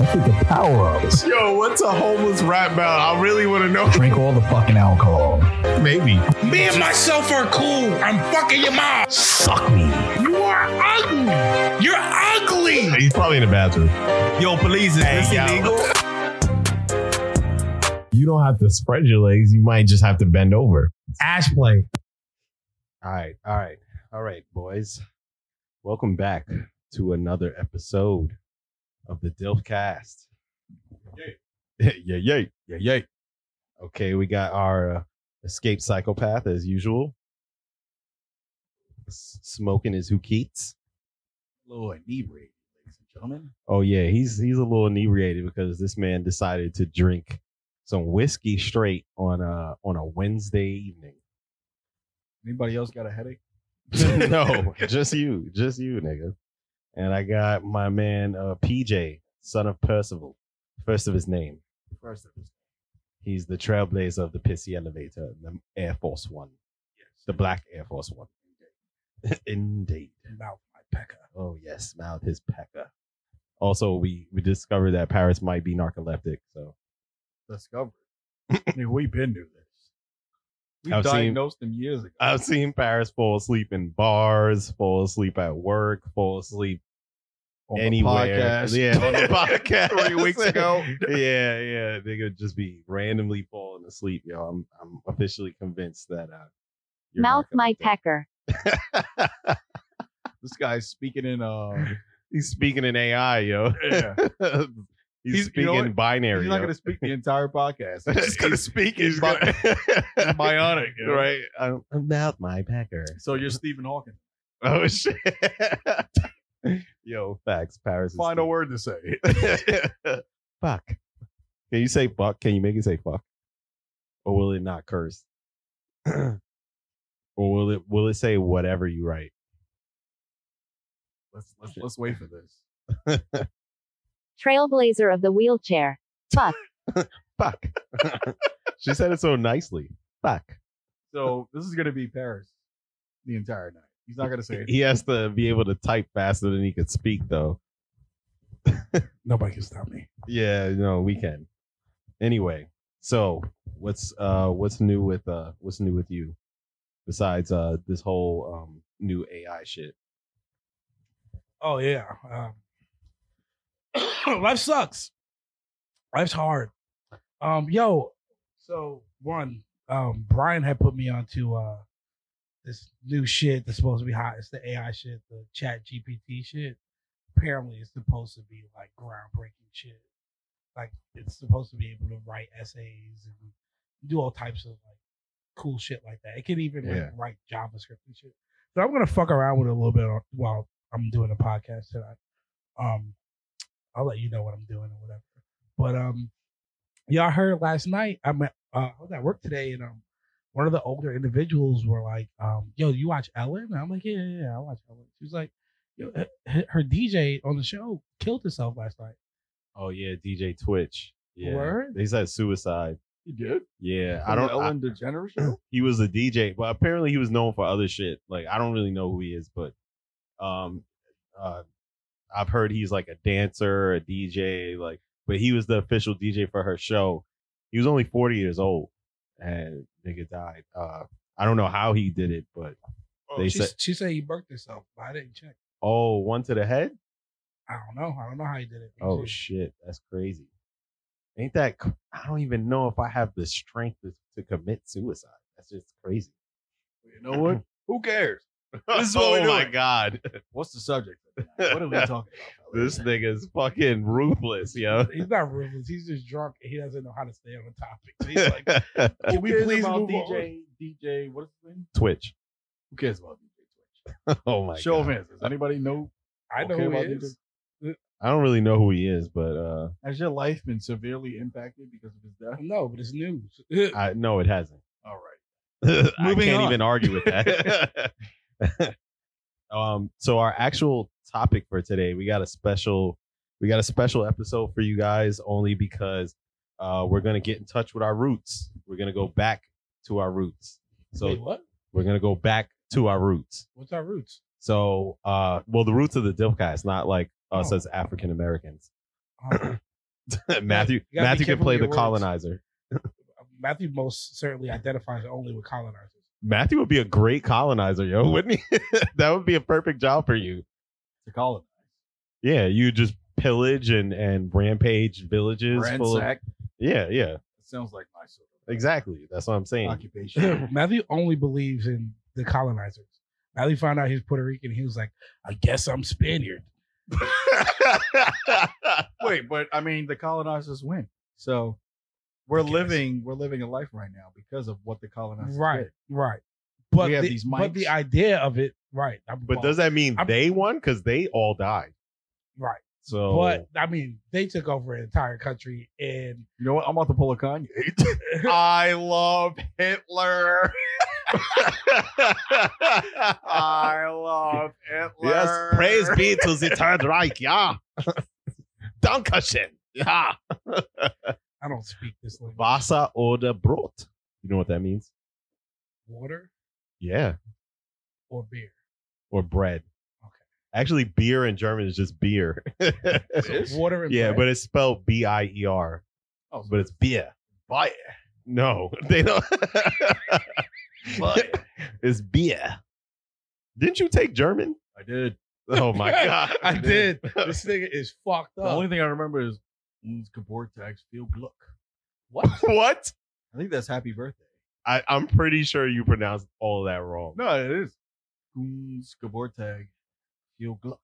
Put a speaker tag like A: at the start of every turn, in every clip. A: is the power of us?
B: Yo, what's a homeless rap battle? I really want to know.
A: Drink all the fucking alcohol.
B: Maybe.
C: Me and myself are cool. I'm fucking your mom.
A: Suck me.
C: You are ugly. You're ugly.
B: He's probably in the bathroom.
D: Yo, police, is this
B: yo.
D: illegal?
B: You don't have to spread your legs. You might just have to bend over.
D: Ash play.
E: All right, all right, all right, boys. Welcome back to another episode of the Dilf Cast. Yay, yay, yay, yay. Okay, we got our uh, escape psychopath as usual. S- smoking his hookeets.
F: little inebriated, ladies and gentlemen.
E: Oh yeah, he's he's a little inebriated because this man decided to drink some whiskey straight on a on a Wednesday evening.
F: Anybody else got a headache?
E: no, just you, just you, nigga. And I got my man uh, PJ, son of Percival, first of his name.
F: First of all,
E: He's the trailblazer of the pissy elevator, the Air Force One, the Black Air Force One. Indeed.
F: mouth my pecker.
E: Oh yes, mouth his pecker. Also, we we discovered that Paris might be narcoleptic. So
F: Discovered. I mean, we've been through this. We
E: I've seen-
F: diagnosed him years ago.
E: I've seen Paris fall asleep in bars, fall asleep at work, fall asleep
F: On the
E: anywhere.
F: podcast.
E: Yeah, on the podcast
F: Three weeks ago.
E: yeah, yeah, they could just be randomly falling asleep, yo. I'm I'm officially convinced that uh, you're
G: Mouth my
E: narcoleptic.
G: pecker.
F: This guy's speaking in uh
E: He's speaking in AI, yo.
F: yeah.
E: He's,
F: He's- you
E: speaking
F: know what?
E: binary.
F: He's not
E: yo.
F: gonna speak the entire podcast. He's
E: He's
F: just gonna
E: speak.
F: he's gonna- bionic, you know?
E: right? I'm, I'm mouth my pecker.
F: So you're Stephen Hawking.
E: Oh shit. yo, facts. Paris. is
F: Final
E: deep.
F: word to say.
E: fuck. Can you say fuck? Can you make it say fuck? Or will it not curse? or will it will it say whatever you write?
F: Let's let's let's wait for this.
G: Trailblazer of the wheelchair.
E: Fuck. she said it so nicely. Fuck.
F: So this is gonna be Paris the entire night. He's not gonna say it.
E: He has to be able to type faster than he could speak though.
F: Nobody can stop me.
E: Yeah, no, we can. Anyway, so what's uh what's new with uh what's new with you besides uh this whole um new AI shit?
H: Oh yeah. Um, life sucks. Life's hard. Um, yo, so one, um, Brian had put me onto uh this new shit that's supposed to be hot. It's the AI shit, the chat GPT shit. Apparently it's supposed to be like groundbreaking shit. Like it's supposed to be able to write essays and do all types of like cool shit like that. It can even like,
E: Yeah.
H: write JavaScript and shit. So I'm gonna fuck around with it a little bit on, while I'm doing a podcast tonight. Um, I'll let you know what I'm doing or whatever. But um, y'all heard last night. I'm at uh, I was at work today, and um, one of the older individuals were like, um, "Yo, you watch Ellen?" And I'm like, "Yeah, yeah, yeah I watch Ellen." She was like, "Yo, h- h- her DJ on the show killed herself last night."
E: Oh yeah, DJ Twitch. Yeah.
H: Word?
E: They said suicide.
F: He did?
E: Yeah, I don't. I,
F: Ellen DeGeneres show?
E: he was a DJ, but apparently he was known for other shit. Like I don't really know who he is, but um, uh, I've heard he's like a dancer, a DJ, like. But he was the official DJ for her show. He was only forty years old, and nigga died. Uh, I don't know how he did it, but
H: Oh,
E: They
H: she,
E: said-
H: she said he burnt herself, but I didn't check.
E: oh, one to the head.
H: I don't know. I don't know how he did it.
E: Oh
H: She-
E: shit, that's crazy. Ain't that? cr- I don't even know if I have the strength to, to commit suicide. That's just crazy.
F: You know what? Who cares?
E: This
F: is what
E: oh
F: we're
E: my
F: doing.
E: god.
F: What's the subject? What are we talking about?
E: this nigga's fucking ruthless, yo.
H: He's not ruthless. He's just drunk. and He doesn't know how to stay on the topic. So he's like,
F: Can we
H: cares
F: please
H: about
F: move
H: DJ?
F: DJ? DJ, what's his name?
E: Twitch.
F: Who cares about DJ
E: Oh my
F: Twitch? Show of
E: god.
F: hands. Does anybody know?
H: I know
F: Okay,
H: who
F: well,
H: he is.
E: I don't really know who he is, but uh
F: Has your life been severely impacted because of his death?
H: No, but it's news.
E: I no it hasn't.
F: All right.
E: I
F: Moving
E: can't
F: on.
E: even argue with that. um, so our actual topic for today, we got a special, we got a special episode for you guys only because uh, we're gonna get in touch with our roots. We're gonna go back to our roots. So
H: Wait, what?
E: we're gonna go back to our roots.
H: What's our roots?
E: So, uh, well, the roots of the Dilka is not like us
H: Oh.
E: as African Americans.
H: Um,
E: Matthew
H: be
E: Matthew can
H: careful
E: play
H: with
E: the
H: your words.
E: colonizer.
H: Matthew most certainly identifies only with colonizers.
E: Matthew would be a great colonizer, yo, wouldn't he? that would be a perfect job for you.
F: to call it.
E: Yeah, you just pillage and and rampage villages full of
F: Ransack.
E: Yeah, yeah.
F: Sounds like my sort of
E: Exactly. That's what I'm saying.
F: occupation.
H: Matthew only believes in the colonizers. Matthew found out he's Puerto Rican. He was like, I guess I'm Spaniard.
F: Wait, but I mean, the colonizers win. So we're
H: guess.
F: living, we're living a life right now because of what the colonizers
H: Right,
F: did.
H: right. But
F: We have
H: the,
F: these
H: but the
F: mics.
H: idea of it, right. I'm
E: but
H: wrong.
E: does that mean
H: I'm-
E: they won? Because they all died.
H: right.
F: Oh.
E: So
H: But I mean, they took over an entire country and
F: You know what? I'm about to pull a Kanye. I love Hitler. I love Hitler.
E: Yes, praise be to the Third Reich. Yeah. Dankeschön. Yeah.
H: I don't speak this language.
E: Wasser oder Brot. You know what that means?
H: Water
E: Yeah.
H: or beer?
E: Or bread.
H: Okay.
E: Actually, beer in German is just beer.
H: So water and
E: yeah,
H: bread.
E: but it's spelled B I E R.
F: Oh,
E: But it's beer. Beer. No, they don't.
F: Beer.
E: it's beer. Didn't you take German?
F: I did.
E: Oh my god,
H: I did. This nigga is fucked
F: The
H: up.
F: only thing I remember is "Uns Geburtstags viel Glück."
E: what?
F: I think that's happy birthday.
E: I, I'm pretty sure you pronounced all of that wrong.
F: No, it is. Uns Geburtstag viel Glück.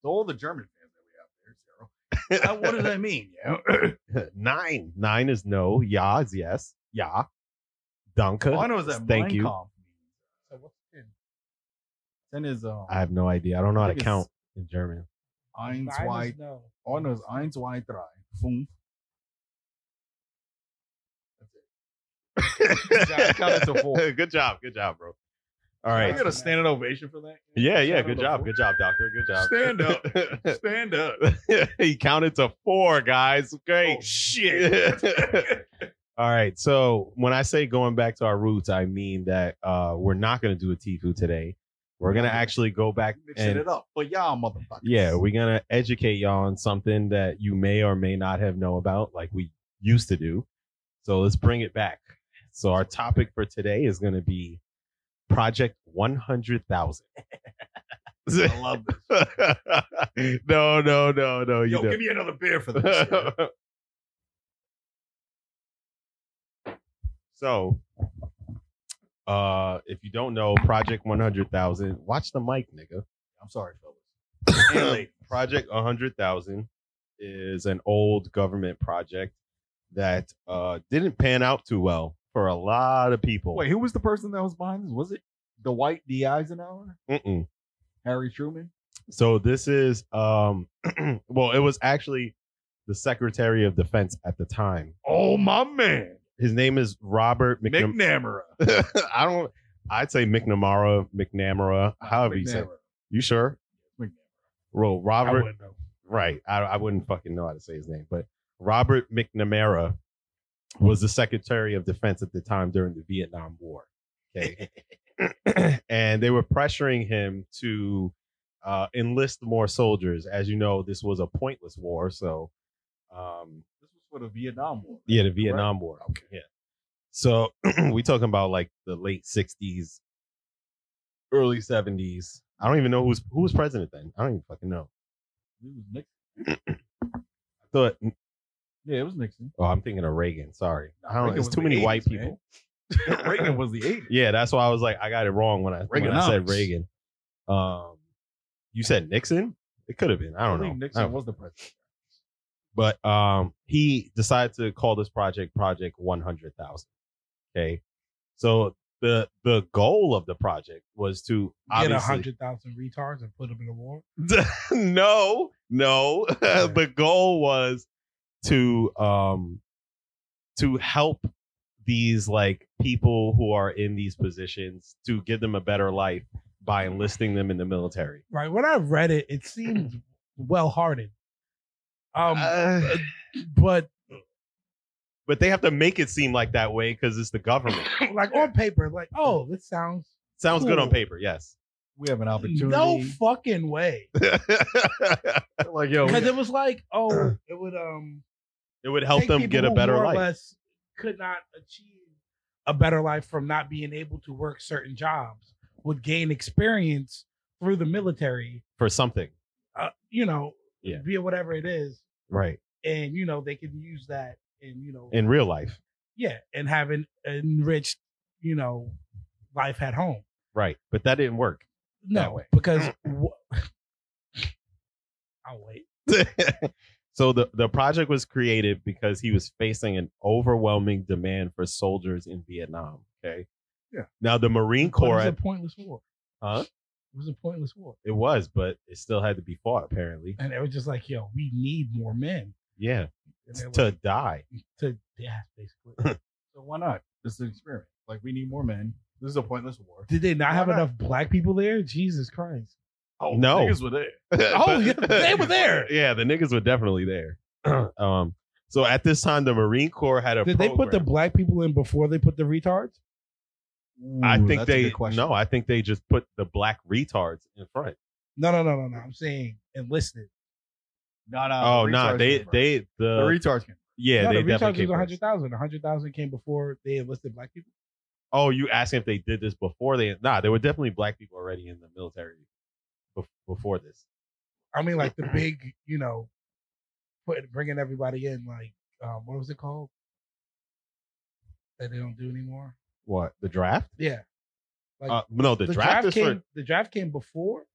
F: So all the German fans that we have there, Zero. Uh, what does that mean? Yeah.
E: Nine. Nine is no. Ja is yes. Ja. Danke.
F: All I know is that
E: Thank
F: Mein
E: you.
F: Kampf means. uh,
H: So what's in?
F: Then is um,
E: I have no idea. I don't know how to
F: I think it's-
E: count in German.
F: eins,
H: Nine
F: zwei,
H: is no.
F: all I know is eins, zwei, drei, fünf. Good job. Count it to four.
E: good job. Good job, bro. All right.
F: I got a standing ovation for that.
E: Yeah, yeah.
F: Shout out
E: Good
F: to
E: job.
F: four.
E: Good job, doctor. Good job.
F: Stand up. Stand up.
E: he counted to four, guys. Great.
F: Oh, shit.
E: All right. So when I say going back to our roots, I mean that uh, we're not going to do a Tifu today. We're going to actually go back
F: Mixing
E: and
F: it up for y'all, motherfuckers.
E: yeah, we're going to educate y'all on something that you may or may not have know about, like we used to do. So let's bring it back. So our topic for today is going to be Project 100,000.
F: I love this.
E: no, no, no, no. You
F: Yo,
E: don't.
F: give me another beer for this. yeah.
E: so, uh, if you don't know Project 100,000, watch the mic, nigga.
F: I'm sorry, fellas.
E: And, like, project 100,000 is an old government project that uh, didn't pan out too well for a lot of people.
F: Wait, who was the person that was behind this? Was it the White D. Eisenhower?
E: Mm-mm.
F: Harry Truman?
E: So this is um well, it was actually the Secretary of Defense at the time.
F: Oh, my man.
E: His name is Robert McNamara.
F: McNamara.
E: I don't I'd say McNamara, McNamara, however you say. it.
F: McNamara.
E: You sure?
F: McNamara.
E: Well,
H: I
E: Robert
H: wouldn't know.
E: right. I, I wouldn't fucking know how to say his name, but Robert McNamara was the Secretary of Defense at the time during the Vietnam War. Okay. and they were pressuring him to uh, enlist more soldiers. As you know, this was a pointless war. So, um,
F: This was for the Vietnam War.
E: yeah, the Vietnam War. Okay. Yeah. So we talking about like the late sixties, early seventies. I don't even know who's who was president then. I don't even fucking know.
F: It was Nixon.
E: I thought
F: Yeah, it was Nixon.
E: oh, I'm thinking of Reagan. Sorry. I don't know.
F: Reagan
E: It's
F: was
E: too
F: in the
E: many white
F: 80s, man.
E: people.
F: Reagan was the 80s.
E: Yeah, that's why I was like, I got it wrong when I when I said
F: Reaganomics.
E: Reagan. Um, you said Nixon. It could have been. I don't know.
F: think
E: I
F: Nixon
E: don't-
F: was the president.
E: but um, he decided to call this project Project One Hundred Thousand. Okay, so the the goal of the project was to
H: Get a
E: obviously
H: hundred thousand retards and put them in a war.
E: no, no.
H: Yeah.
E: the goal was to um to help these like people who are in these positions to give them a better life by enlisting them in the military.
H: Right. When I read it, it seemed well hearted. Um,
E: Uh,
H: but
E: but they have to make it seem like that way because it's the government.
H: like on paper, like, oh, this sounds
E: Sounds good on
H: Cool.
E: paper, yes.
F: we have an opportunity.
H: No fucking way.
E: Oh,
F: like yo, we got-
H: Because it was like, oh, it would um
E: it would help
H: take
E: them
H: people
E: get a
H: who
E: better
H: more or
E: life.
H: less could not achieve a better life from not being able to work certain jobs would gain experience through the military
E: for something.
H: uh, you know
E: Yeah.
H: via whatever it is
E: Right.
H: and you know they can use that and you know
E: In real life.
H: yeah and have an enriched you know life at home
E: Right. But that didn't work.
H: no
E: That way.
H: because wha- i'll wait
E: so the, the project was created because he was facing an overwhelming demand for soldiers in Vietnam. Okay.
F: Yeah.
E: Now the Marine
H: But
E: Corps
H: it was a
E: at-
H: pointless war
E: Huh?
H: it was a pointless war
E: it was, but it still had to be fought apparently.
H: and it was just like yo we need more men
E: Yeah.
H: And they were
E: To die.
H: to yeah, basically.
F: so why not? This is an experiment. Like we need more men. This is a pointless war.
H: Did they not have
F: Why not?
H: enough black people there? Jesus Christ.
F: Oh
E: No.
F: niggas were there.
E: oh,
H: yeah, they were there.
E: Yeah, the niggas were definitely there. um, so at this time, the Marine Corps had a.
H: Did they put the
E: program.
H: black people in before they put the retards?
E: I
F: Ooh,
E: think
F: that's a
E: they
F: good question.
E: no. I think they just put the black retards in front.
H: No, no, no, no, no. I'm saying enlisted.
F: No, no.
E: oh
F: Uh, the
E: no,
F: retards
E: they
F: came first.
E: they uh, the,
F: the retards came.
E: yeah
H: no,
E: they
H: the retards
E: definitely
H: was
E: came first.
H: 100,000. 100,000 came before they enlisted black people.
E: Oh, you asking if they did this before they? Nah, there were definitely black people already in the military bef- before this.
H: I mean, like
E: Mm-hmm.
H: the big, you know, put, bringing everybody in, like, um, what was it called? That they don't do anymore?
E: What the draft?
H: Yeah. Like,
E: Uh, no, the,
H: the
E: draft,
H: draft
E: is for-
H: came. The draft came before.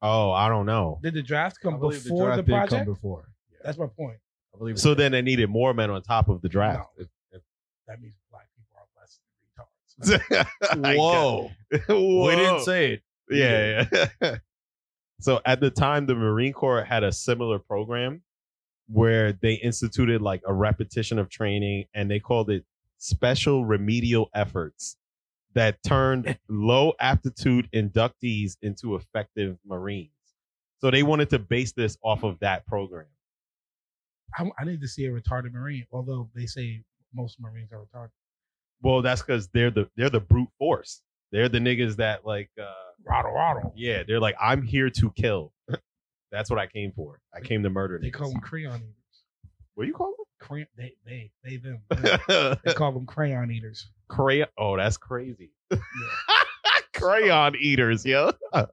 E: Oh, I don't know.
H: Did the draft come
F: I believe
H: before the,
F: draft did come
H: project?
F: before. Yeah,
H: That's my point.
F: I believe. it
E: So
F: did.
E: then they needed more men on top of the draft.
H: That means black people are less than retards.
E: I
F: Whoa.
E: guess.
F: We
E: Whoa.
F: didn't say it.
E: Yeah. yeah. so at the time, the Marine Corps had a similar program where they instituted like a repetition of training and they called it special remedial efforts that
H: Eh.
E: turned low aptitude inductees into effective Marines. So they wanted to base this off of that program.
H: I, I need to see a retarded Marine, although they say most Marines are retarded.
E: Well, that's because they're the they're the brute force. They're the niggas that like uh
H: Rottle, rottle.
E: Yeah, they're like, I'm here to kill. That's what I came for. I came to murder.
H: They
E: niggas.
H: call them crayon eaters.
E: what do you call
H: Crayon, they, they, they, them.
E: them?
H: they call them crayon eaters.
E: Crayon. Oh, that's crazy. Crayon eaters, yo.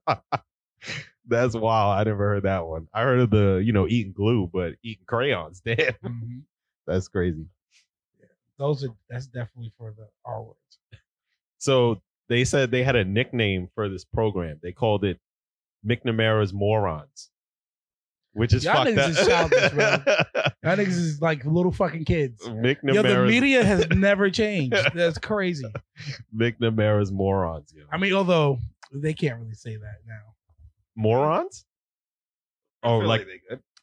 E: that's wild. I never heard that one. I heard of the, you know, eating glue, but eating crayons. Damn,
H: Mhm.
E: that's crazy.
H: Those are, that's definitely for the R words.
E: So they said they had a nickname for this program. They called it McNamara's Morons, which is
H: Y'all
E: fucked
H: niggas
E: up.
H: is childish, That niggas is like little fucking kids.
E: McNamara's
H: Yo, the media has never changed. That's crazy.
E: McNamara's morons. Yo.
H: I mean, although they can't really say that now.
E: morons? Oh, like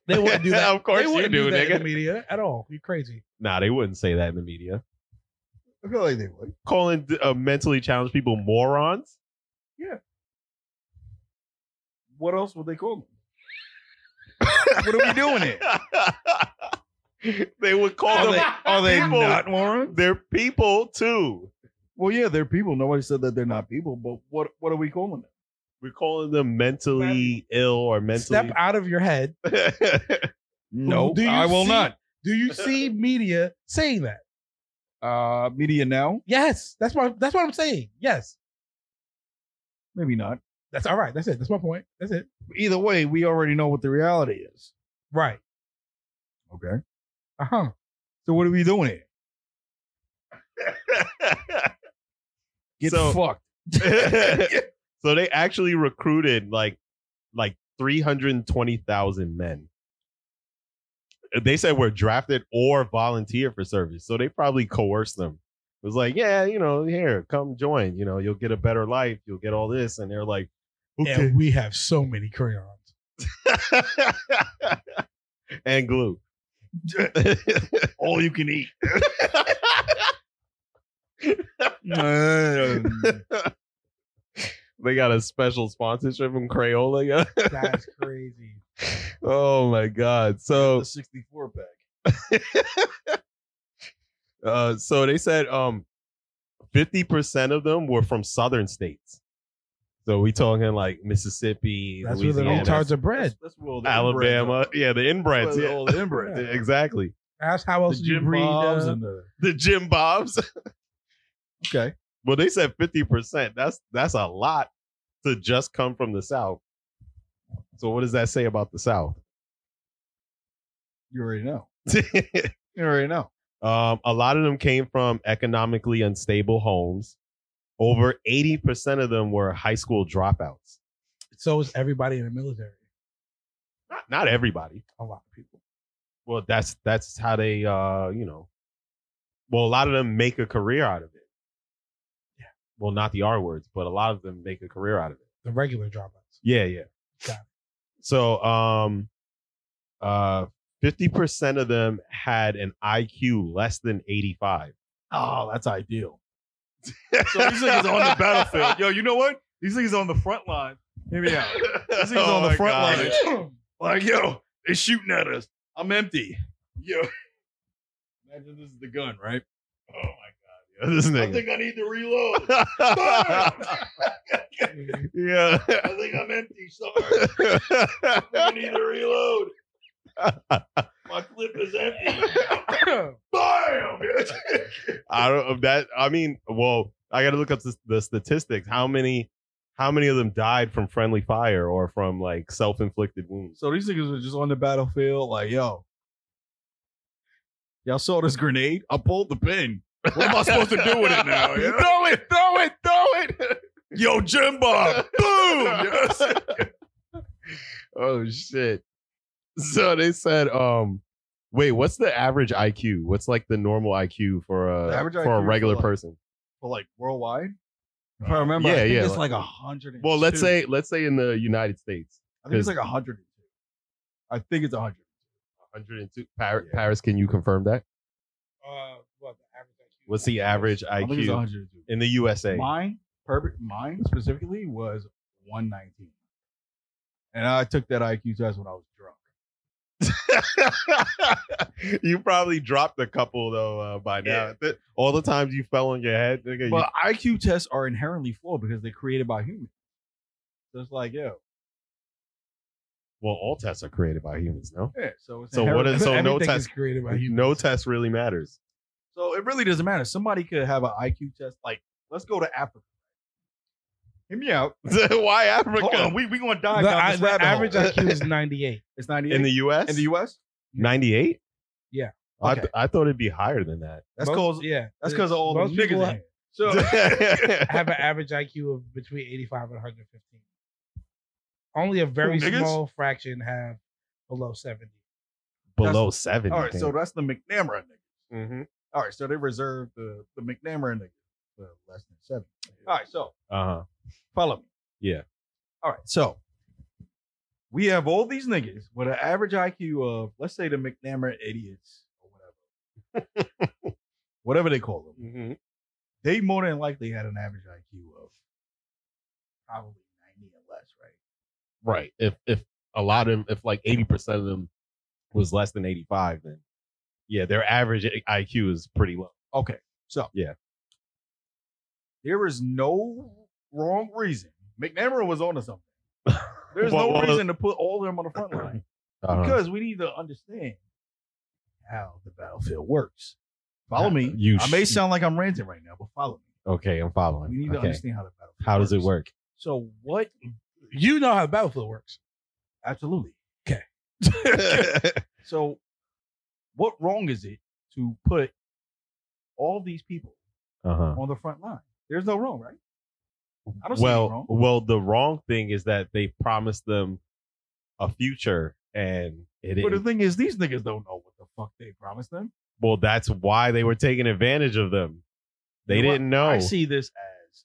H: They wouldn't do that.
E: of course
H: they
E: you
H: wouldn't
E: do,
H: do that in the
E: nigga.
H: media at all. You're crazy.
E: Nah, they wouldn't say that in the media.
F: I feel like they would.
E: Calling uh, mentally challenged people morons.
F: What else would they call them? what are we doing here?
E: they would call
F: Are
E: them.
F: they, are they
E: people.
F: not morons?
E: They're people too.
F: Well, yeah, they're people. Nobody said that they're not people, but what what are we calling them?
E: We're calling them mentally ill or mentally.
H: Step out of your head.
F: No,
H: Do you
F: I will
H: see-
F: not.
H: Do you see media saying that?
F: Uh, media now?
H: Yes, that's my that's what I'm saying. Yes,
F: Maybe not.
H: that's all right. That's it. That's my point. That's it.
F: Either way, we already know what the reality is.
H: Right.
F: Okay.
H: Uh huh.
F: So what are we doing here? Get
E: So-
F: fucked.
E: so they actually recruited like like 320,000 men. They said were drafted or volunteer for service. So they probably coerced them. It was like, yeah, you know, here, come join. You know, you'll get a better life. You'll get all this. And they're like, okay.
H: And we have so many crayons.
E: and glue.
F: All you can eat.
E: they got a special sponsorship from Crayola. yeah.
H: That's crazy.
E: oh my God. So
F: the 64 pack.
E: Uh, so they said um 50% of them were from southern states. So we talking like Mississippi,
H: That's where the
E: Louisiana,
H: retards are bred.
F: That's, that's where all the
E: Alabama. Yeah, the
F: Inbreds,
E: inbreds.
F: that's where
E: Yeah.
F: all the inbreds.
E: Exactly.
H: That's how
F: The
H: else you
F: Jim
H: breed.
F: Bobs
H: Uh,
F: and the
E: The Jim Bobs.
F: okay.
E: Well, they said fifty percent. That's that's a lot to just come from the South. So what does that say about the South?
F: You already know. You already know.
E: Um, a lot of them came from economically unstable homes. Over 80% of them were high school dropouts.
H: so is everybody in the military.
E: Not, not everybody.
H: A
F: Oh,
H: lot of people.
E: Well, that's that's how they uh, you know. Well, a lot of them make a career out of it. Yeah. Well, not the R words, but a lot of them make a career out of it.
H: The regular dropouts.
E: Yeah, yeah.
H: Got
E: So, um, uh, fifty percent of them had an IQ less than eighty-five.
F: Oh, that's ideal.
D: So these niggas on the battlefield. Yo, you know what? These niggas on the front line. Hear me out. These niggas
F: Oh,
D: on the front line. Like, yo, they shooting at us. I'm empty. Yo.
F: Imagine this is the gun, right?
D: Oh my god.
E: This
D: I
E: nigga.
D: think I need to reload. Burn!
E: yeah.
D: I think I'm empty. Sorry. I need to reload. My clip is empty. Bam!
E: I don't of that. I mean, well, I got to look up the, the statistics. How many, how many of them died from friendly fire or from like self-inflicted wounds?
F: So these niggas were just on the battlefield, like, yo, y'all saw this grenade? I pulled the pin.
D: What am I supposed to do with it now? yeah?
E: Throw it! Throw it! Throw it!
D: Yo, Jim Bob. Boom!
E: oh shit! So they said, um, wait, what's the average IQ? What's like the normal IQ for a
F: The average
E: for a
F: IQ for,
E: regular
F: like-
E: person?
F: But like worldwide? If I remember,
E: Yeah,
F: I think
E: yeah,
F: it's
E: like-
F: like a hundred.
E: Well, let's say let's say in the United States,
F: I think it's like a hundred. I think it's a hundred.
E: 102. Par- Paris, can you confirm that?
H: Uh, what, the average IQ?
E: What's the average
F: I think it's a
E: IQ
F: hundred.
E: in the USA?
F: Mine, per, mine specifically was one nineteen, and I took that IQ test when I was drunk.
E: you probably dropped a couple though uh, by now. Th- All the times you fell on your head, nigga,
F: But IQ tests are inherently flawed because they're created by humans. So it's like, yo,
E: you- well, all tests are created by humans, no?
F: yeah. So it's
E: So what
F: inherent-
E: is- so no
H: Everything
E: test-
H: is created by humans.
E: No test really matters.
F: So it really doesn't matter. Somebody could have an IQ test. Like, let's go to Africa. Hear me out.
E: Why
D: Hold on,
E: Africa
D: we we gonna
H: The,
D: die.
F: got
H: I,
F: this
H: the
F: rabbit hole.
H: average IQ is 98.
F: It's ninety
E: in the U.S.
F: in the U.S.
E: ninety-eight?
H: Yeah.
E: I,
F: Okay.
E: th- I thought it'd be higher than that.
F: That's
H: Most-
F: cause
H: Yeah.
F: that's because of all the
H: Most
F: niggas.
H: people
F: in here. So
H: have an average IQ of between 85 and 115. Only a very
D: niggas?
H: small fraction have below 70.
E: Below seven.
F: all right, so that's the McNamara nigga.
E: mm-hmm.
F: All right, so they reserved the the McNamara nigga for less than seven. All right, so
E: uh-huh.
F: follow me.
E: Yeah.
F: All right, so we have all these niggas with an average IQ of let's say the McNamara idiots or whatever, whatever they call them.
E: Mm-hmm.
F: They more than likely had an average IQ of probably ninety or less, right?
E: Right. If if a lot of them, if like eighty percent of them was less than eighty-five, then yeah, their average IQ is pretty low.
F: Okay, so
E: Yeah.
F: there is no wrong reason. McNamara was onto something. There's
E: What
F: no
E: was-
F: reason to put all of them on the front line
E: Uh-huh.
F: because we need to understand how the battlefield works. Follow me.
E: You
F: I may
E: sh-
F: sound like I'm ranting right now, but follow me.
E: Okay, I'm following.
F: We need to
E: Okay.
F: understand how the battlefield.
E: How does it
F: works.
E: work?
F: So what?
H: You know how Battlefield works.
F: Absolutely.
H: Okay.
F: so, what wrong is it to put all these people
E: Uh-huh.
F: on the front line? There's no wrong, right? I don't see any
E: Well,
F: wrong.
E: well, the wrong thing is that they promised them a future and it
F: But the
E: is
F: thing is, these niggas don't know what the fuck they promised them.
E: well, that's why they were taking advantage of them. They
F: You know what?
E: didn't know.
F: I see this as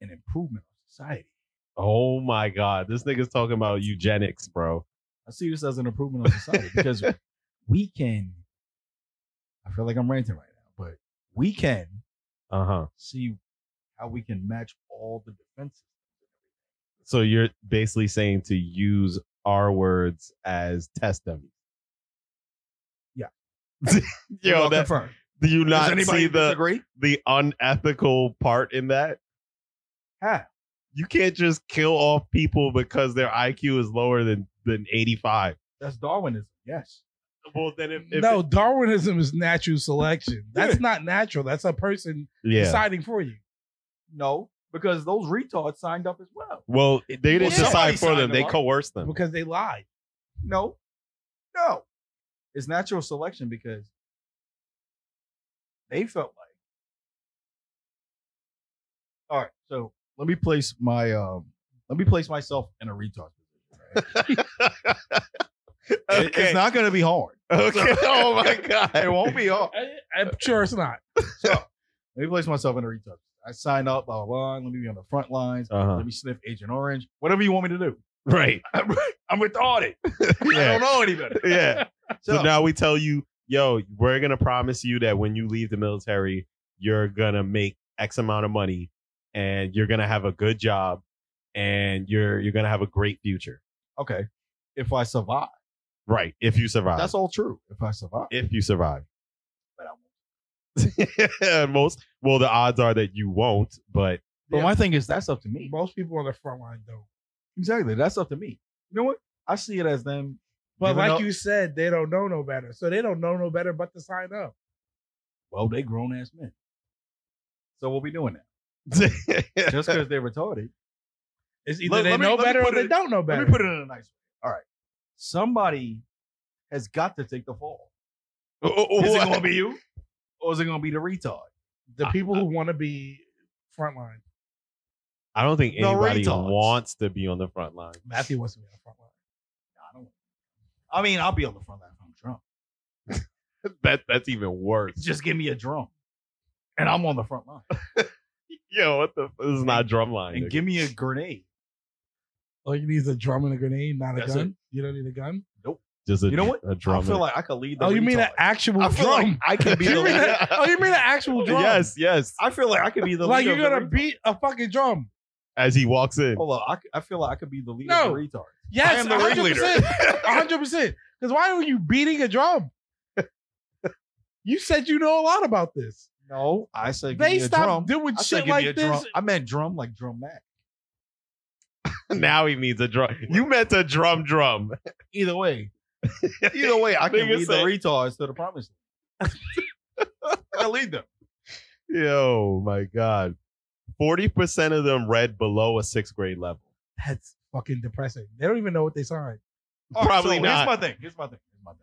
F: an improvement on society.
E: Oh my god, this nigga's talking about eugenics, bro.
F: I see this as an improvement on society because we can. I feel like I'm ranting right now, but we can
E: Uh-huh.
F: see how we can match all the defenses.
E: So you're basically saying to use our words as test dummies.
F: Yeah.
E: Yo,
F: Well,
E: that,
F: confirm.
E: do you
D: Does
E: not
D: anybody
E: see the
D: disagree?
E: the unethical part in that?
F: How?
E: you can't just kill off people because their IQ is lower than than 85.
F: That's Darwinism. Yes.
E: Well, then if, if
H: no, Darwinism is natural selection. That's not natural. That's a person
E: yeah.
H: deciding for you.
F: No, because those retards signed up as well.
E: Well, they didn't
F: Well, somebody
E: decide for
F: signed
E: them;
F: them
E: they
F: up.
E: coerced them.
H: because they lied.
F: No, no. It's natural selection because they felt like. All right, so let me place my um, let me place myself in a retard position. right? It-
E: Okay.
F: It's not going to be hard.
E: okay. Oh my
F: It
E: god.
F: won't be hard.
H: I'm sure it's not.
F: Let me place myself in a retard. I sign up, blah, blah, blah. Let me be on the front lines.
E: Uh-huh.
F: Let me sniff Agent Orange. Whatever you want me to do.
E: Right.
F: I'm, I'm retarded. I
E: Yeah.
F: don't know any better.
E: Yeah.
F: So,
E: So, now we tell you, yo, we're gonna promise you that when you leave the military, you're gonna make X amount of money, and you're gonna have a good job, and you're you're gonna have a great future.
F: okay, if I survive,
E: Right. If you survive.
F: that's all true. If I survive,
E: if you survive.
F: but I won't.
E: Most well, the odds are that you won't, but
F: But my thing is, that's up to me.
H: Most people on the front line don't.
F: Exactly. That's up to me. You know what? I see it as them.
H: But
F: giving
H: like
F: up-
H: you said, they don't know no better. So they don't know no better but to sign up.
F: well, they grown ass men. So what we doing now? Just because they're retarded.
H: It's either
D: Let-
H: they
D: let me-
H: know
D: let me
H: better or
D: put
H: they
D: it-
H: don't know
D: Let
H: better.
D: me put it in a nice
F: All right. Somebody has got to take the fall.
D: Is it
E: What?
D: going to be you?
F: Or is it gonna be the retard?
H: the people who want to be frontline.
E: I don't think
F: No
E: anybody
F: retards.
E: wants to be on the front line.
H: Matthew wants to be on the frontline.
F: Nah, I don't. I mean, I'll be on the front line if I'm drunk.
E: That that's even worse.
F: Just give me a drum. And I'm on the front line.
E: Yo, what the? This is not drumline.
F: And
E: nigga.
F: give me a grenade.
H: All Oh, you need is a drum and a grenade, not a
F: That's
H: gun. You don't need a gun.
E: Just a,
F: You know what?
E: A drum.
F: I feel like I could lead the
H: oh, you mean an
F: retard.
H: actual
F: I
H: drum?
F: feel like I could be
H: You
F: the
H: mean
F: leader.
H: a- oh, you mean an actual drum?
E: Yes, yes.
F: I feel like I could be the
H: Like
F: leader.
H: you're
F: of the
H: gonna
F: retard.
H: beat a fucking drum?
E: As he walks in,
F: Hold on, I, c- I feel like I could be the leader
H: No.
F: of the retard.
H: Yes,
D: am the
H: hundred
D: ringleader.
H: percent, hundred percent. Because why are you beating a drum? You said you know a lot about this.
F: No, I said give
H: They
F: me a drum.
H: stopped doing
F: I said
H: shit
F: give me a
H: like
F: drum.
H: this.
F: I meant drum like drum Mac.
E: now he means a drum. You meant a drum, drum.
F: Either way, either way, I can
E: Nigga
F: lead
E: said-
F: the retards to the promised land. I can lead them.
E: Yo, my God. Forty percent of them read below a sixth grade level.
H: That's fucking depressing. They don't even know what they signed.
F: All right,
E: Probably
F: so
E: not.
F: Here's my thing. Here's my thing. Here's my thing.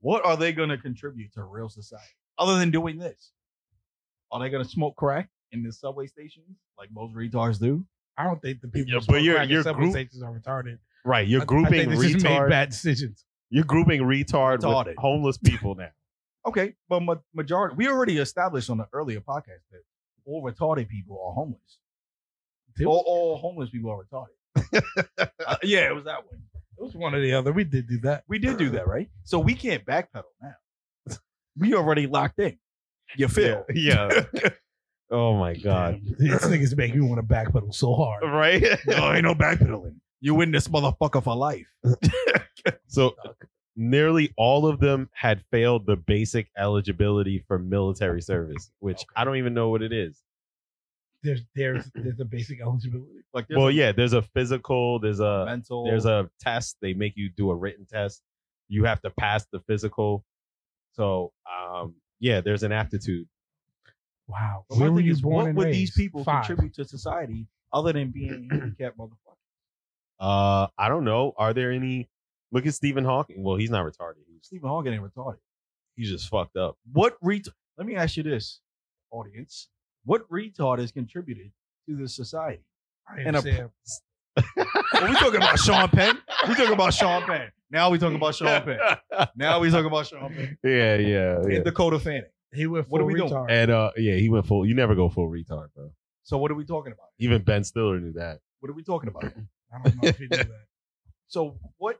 F: What are they going to contribute to real society other than doing this? Are they going to smoke crack in the subway stations like most retards do?
H: I don't think the people.
E: Yeah,
H: who
E: but
H: smoke
E: your-
H: crack at
E: your
H: subway
E: group-
H: stations are retarded.
E: Right. You're
H: I- I
E: grouping
H: think they just made
E: retard.
H: bad decisions.
E: you're grouping retard with
F: Retarded.
E: homeless people now.
F: Okay, but ma- majority we already established on the earlier podcast that all retarded people are homeless.
H: Did
F: All, all homeless people are retarded. Uh, yeah, it was that one.
H: It was one or the other. We did do that.
F: We did do that, right? So we can't backpedal now. We already locked in. You feel?
E: Yeah. yeah. oh my God.
H: Damn, these niggas make me want to backpedal so hard.
E: Right.
F: No, ain't no backpedaling. You win this motherfucker for life.
E: So nearly all of them had failed the basic eligibility for military service, which I don't even know what it is.
H: There's there's there's a basic eligibility.
F: Like there's
E: Well,
F: a
E: yeah, there's a physical, there's a
F: mental.
E: there's a test. They make you do a written test. You have to pass the physical. So um yeah, there's an aptitude.
H: Wow.
F: But my
H: Where were
F: thing
H: you
F: is,
H: born
F: What
H: and
F: would
H: raised?
F: these people
H: Five.
F: contribute to society other than being handicapped motherfuckers?
E: Uh I don't know. Are there any look at Stephen Hawking? Well, he's not retarded. He's
F: Stephen Hawking ain't retarded.
E: he's just fucked up.
F: What ret? Let me ask you this, audience: What retard has contributed to this society?
H: I
F: and a-
H: understand.
F: Well, we talking about Sean Penn. We talking about Sean Penn. Now we talking about Sean Penn. Now we talking about Sean Penn.
E: Yeah, yeah,
H: Oh,
E: yeah.
F: And Dakota Fanning.
H: he went full
F: What are we doing?
H: retard.
E: And uh yeah, he went full you never go full retard, bro.
F: So what are we talking about?
E: Even Ben Stiller knew that.
F: What are we talking about?
H: I don't know if he knew that.
F: So what?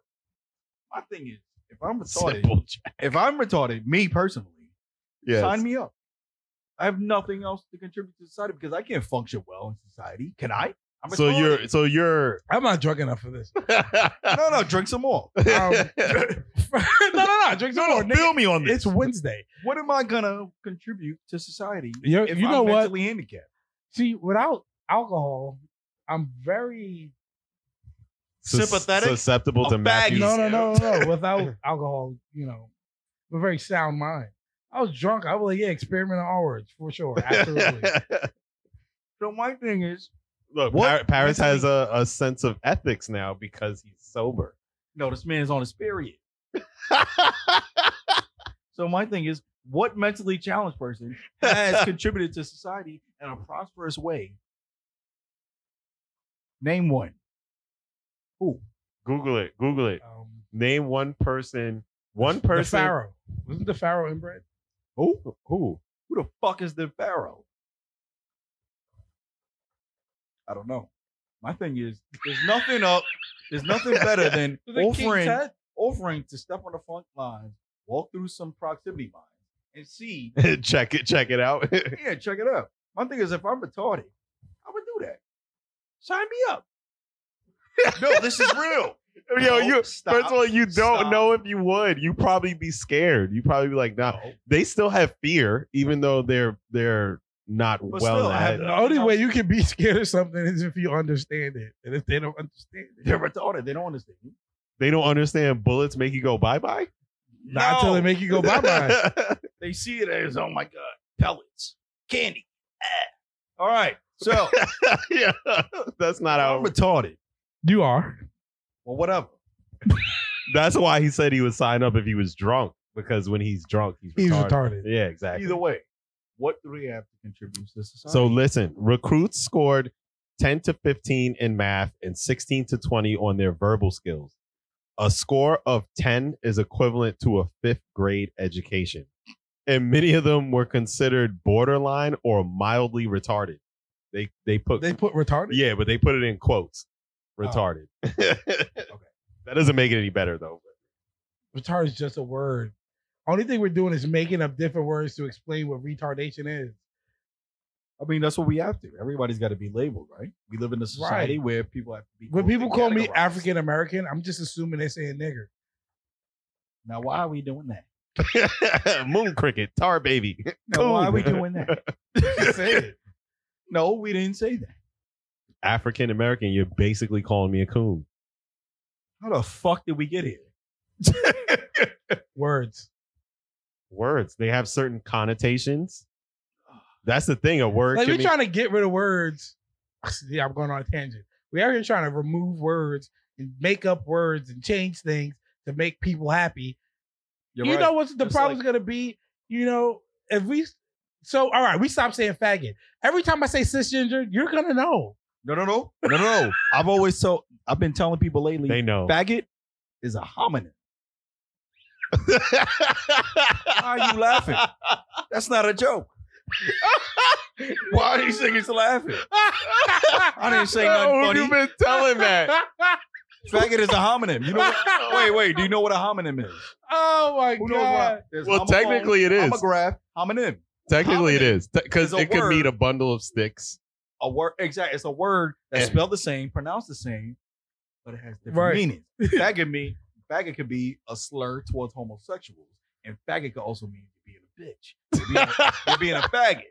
F: My thing is, if I'm retarded,
E: Simple ch-
F: if I'm retarded, me personally,
E: Yes.
F: Sign me up. I have nothing else to contribute to society because I can't function well in society. Can I? I'm
E: so
F: retarded.
E: you're so you're
H: I'm not drunk enough for this. Um,
F: no, no. Drink some more.
H: no, no, Um, no. Drink some more. nigga.
D: Bill me on this.
H: It's Wednesday.
F: What am I gonna contribute to society
H: You're-
F: if
H: you
F: I'm
H: know what?
F: mentally handicapped?
H: See, without alcohol, I'm very
E: Sus-
D: Sympathetic?
E: susceptible to
D: A baggy-
E: Matthew.
H: no, no, no, no, no. Without alcohol, you know, I'm a very sound mind. I was drunk. I was like, yeah, experiment on R words for sure. Absolutely.
F: So my thing is,
E: Look, Par-
F: What?
E: Paris has a, a sense of ethics now because he's sober.
F: no, this man is on his period. so my thing is, what mentally challenged person has contributed to society in a prosperous way? Name one.
E: Google it. Google it.
H: um,
E: Name one person. One
H: the
E: person.
H: Pharaoh wasn't the Pharaoh inbred.
E: Who? Who?
F: Who the fuck is the pharaoh? I don't know. My thing is, there's nothing up. There's nothing better than offering offering to step on the front line, walk through some proximity lines, and see
E: check it. Check it out.
F: yeah, check it out. My thing is, if I'm retarded, I would do that. Sign me up.
D: No, this is real.
E: Yo,
F: No,
E: you.
F: stop.
E: First of all, you don't
F: Stop.
E: know if you would. You probably be scared. You probably be like, nah. They still have fear, even though they're they're not
F: But
E: well.
F: still, I
E: at
F: have
E: it.
H: The only way you can be scared of something is if you understand it, and if they don't understand it,
F: They're retarded. They don't understand.
E: they don't understand. Bullets make you go bye bye.
H: not until they make you go bye bye.
F: They see it as, oh my god, pellets, candy. Ah. All right, so
E: yeah, that's not how.
F: I'm retarded.
H: you are.
F: Well, whatever.
E: That's why he said he would sign up if he was drunk because when he's drunk, he's retarded.
H: He's retarded.
E: Yeah, exactly.
F: Either way, what do we have to contribute to society?
E: So listen, recruits scored 10 to 15 in math and 16 to 20 on their verbal skills. A score of 10 is equivalent to a fifth grade education. And many of them were considered borderline or mildly retarded. They they put
H: They put retarded.
E: yeah, but they put it in quotes. Retarded. That doesn't make it any better though.
H: Retard is just a word. Only thing we're doing is making up different words to explain what retardation is.
F: I mean, that's what we have to. Everybody's got to be labeled, right? We live in a society where people have to be.
H: When people call me
F: categorized.
H: African American, I'm just assuming they're saying nigger.
F: now why are we doing that?
E: Moon cricket, tar baby.
F: Now, why are we doing that?
H: Say it.
F: No, we didn't say that.
E: African American, you're basically calling me a coon.
F: How the fuck did we get here?
H: Words.
E: words. They have certain connotations. That's the thing. A word
H: Like
E: can
H: we're
E: mean-
H: trying to get rid of words. Yeah, I'm going on a tangent. We are here trying to remove words and make up words and change things to make people happy.
F: You're
H: you
F: right.
H: know what the
F: Just
H: problem's gonna be? You know, if we so all right, we stop saying faggot. Every time I say cisgender, you're gonna know.
F: No, no, no, no, no. no. I've always told. I've been telling people lately.
E: they know.
F: faggot is a hominin. Why are you laughing? That's not a joke. Why are these niggas laughing? I didn't say nothing
E: Who
F: funny.
E: you been telling that?
F: Faggot is a homonym. You know? What, wait, wait. Do you know what a homonym is?
H: oh my
F: Who knows
H: god.
F: what? There's
E: well,
F: homophone,
E: technically it is.
F: homograph, homonym.
E: Technically it is because
F: is a
E: it could mean
F: word.
E: a bundle of sticks.
F: A word. Exactly. It's a word that's spelled the same, pronounced the same, but it has different
H: Right.
F: meanings. Faggot mean faggot could be a slur towards homosexuals, and faggot could also mean being a bitch, to being a, to being a faggot.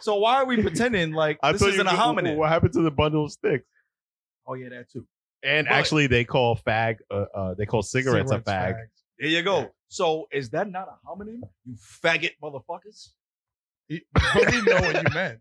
F: So why are we pretending like this
E: thought
F: isn't a
E: you-
F: homonym?
E: What happened to the bundle of sticks?
F: Oh yeah, that too.
E: And
F: But-
E: actually, they call fag. Uh, uh, they call cigarettes, a fag.
H: fags.
F: There you go. So is that not a homonym? You faggot motherfuckers.
H: But we know what you meant.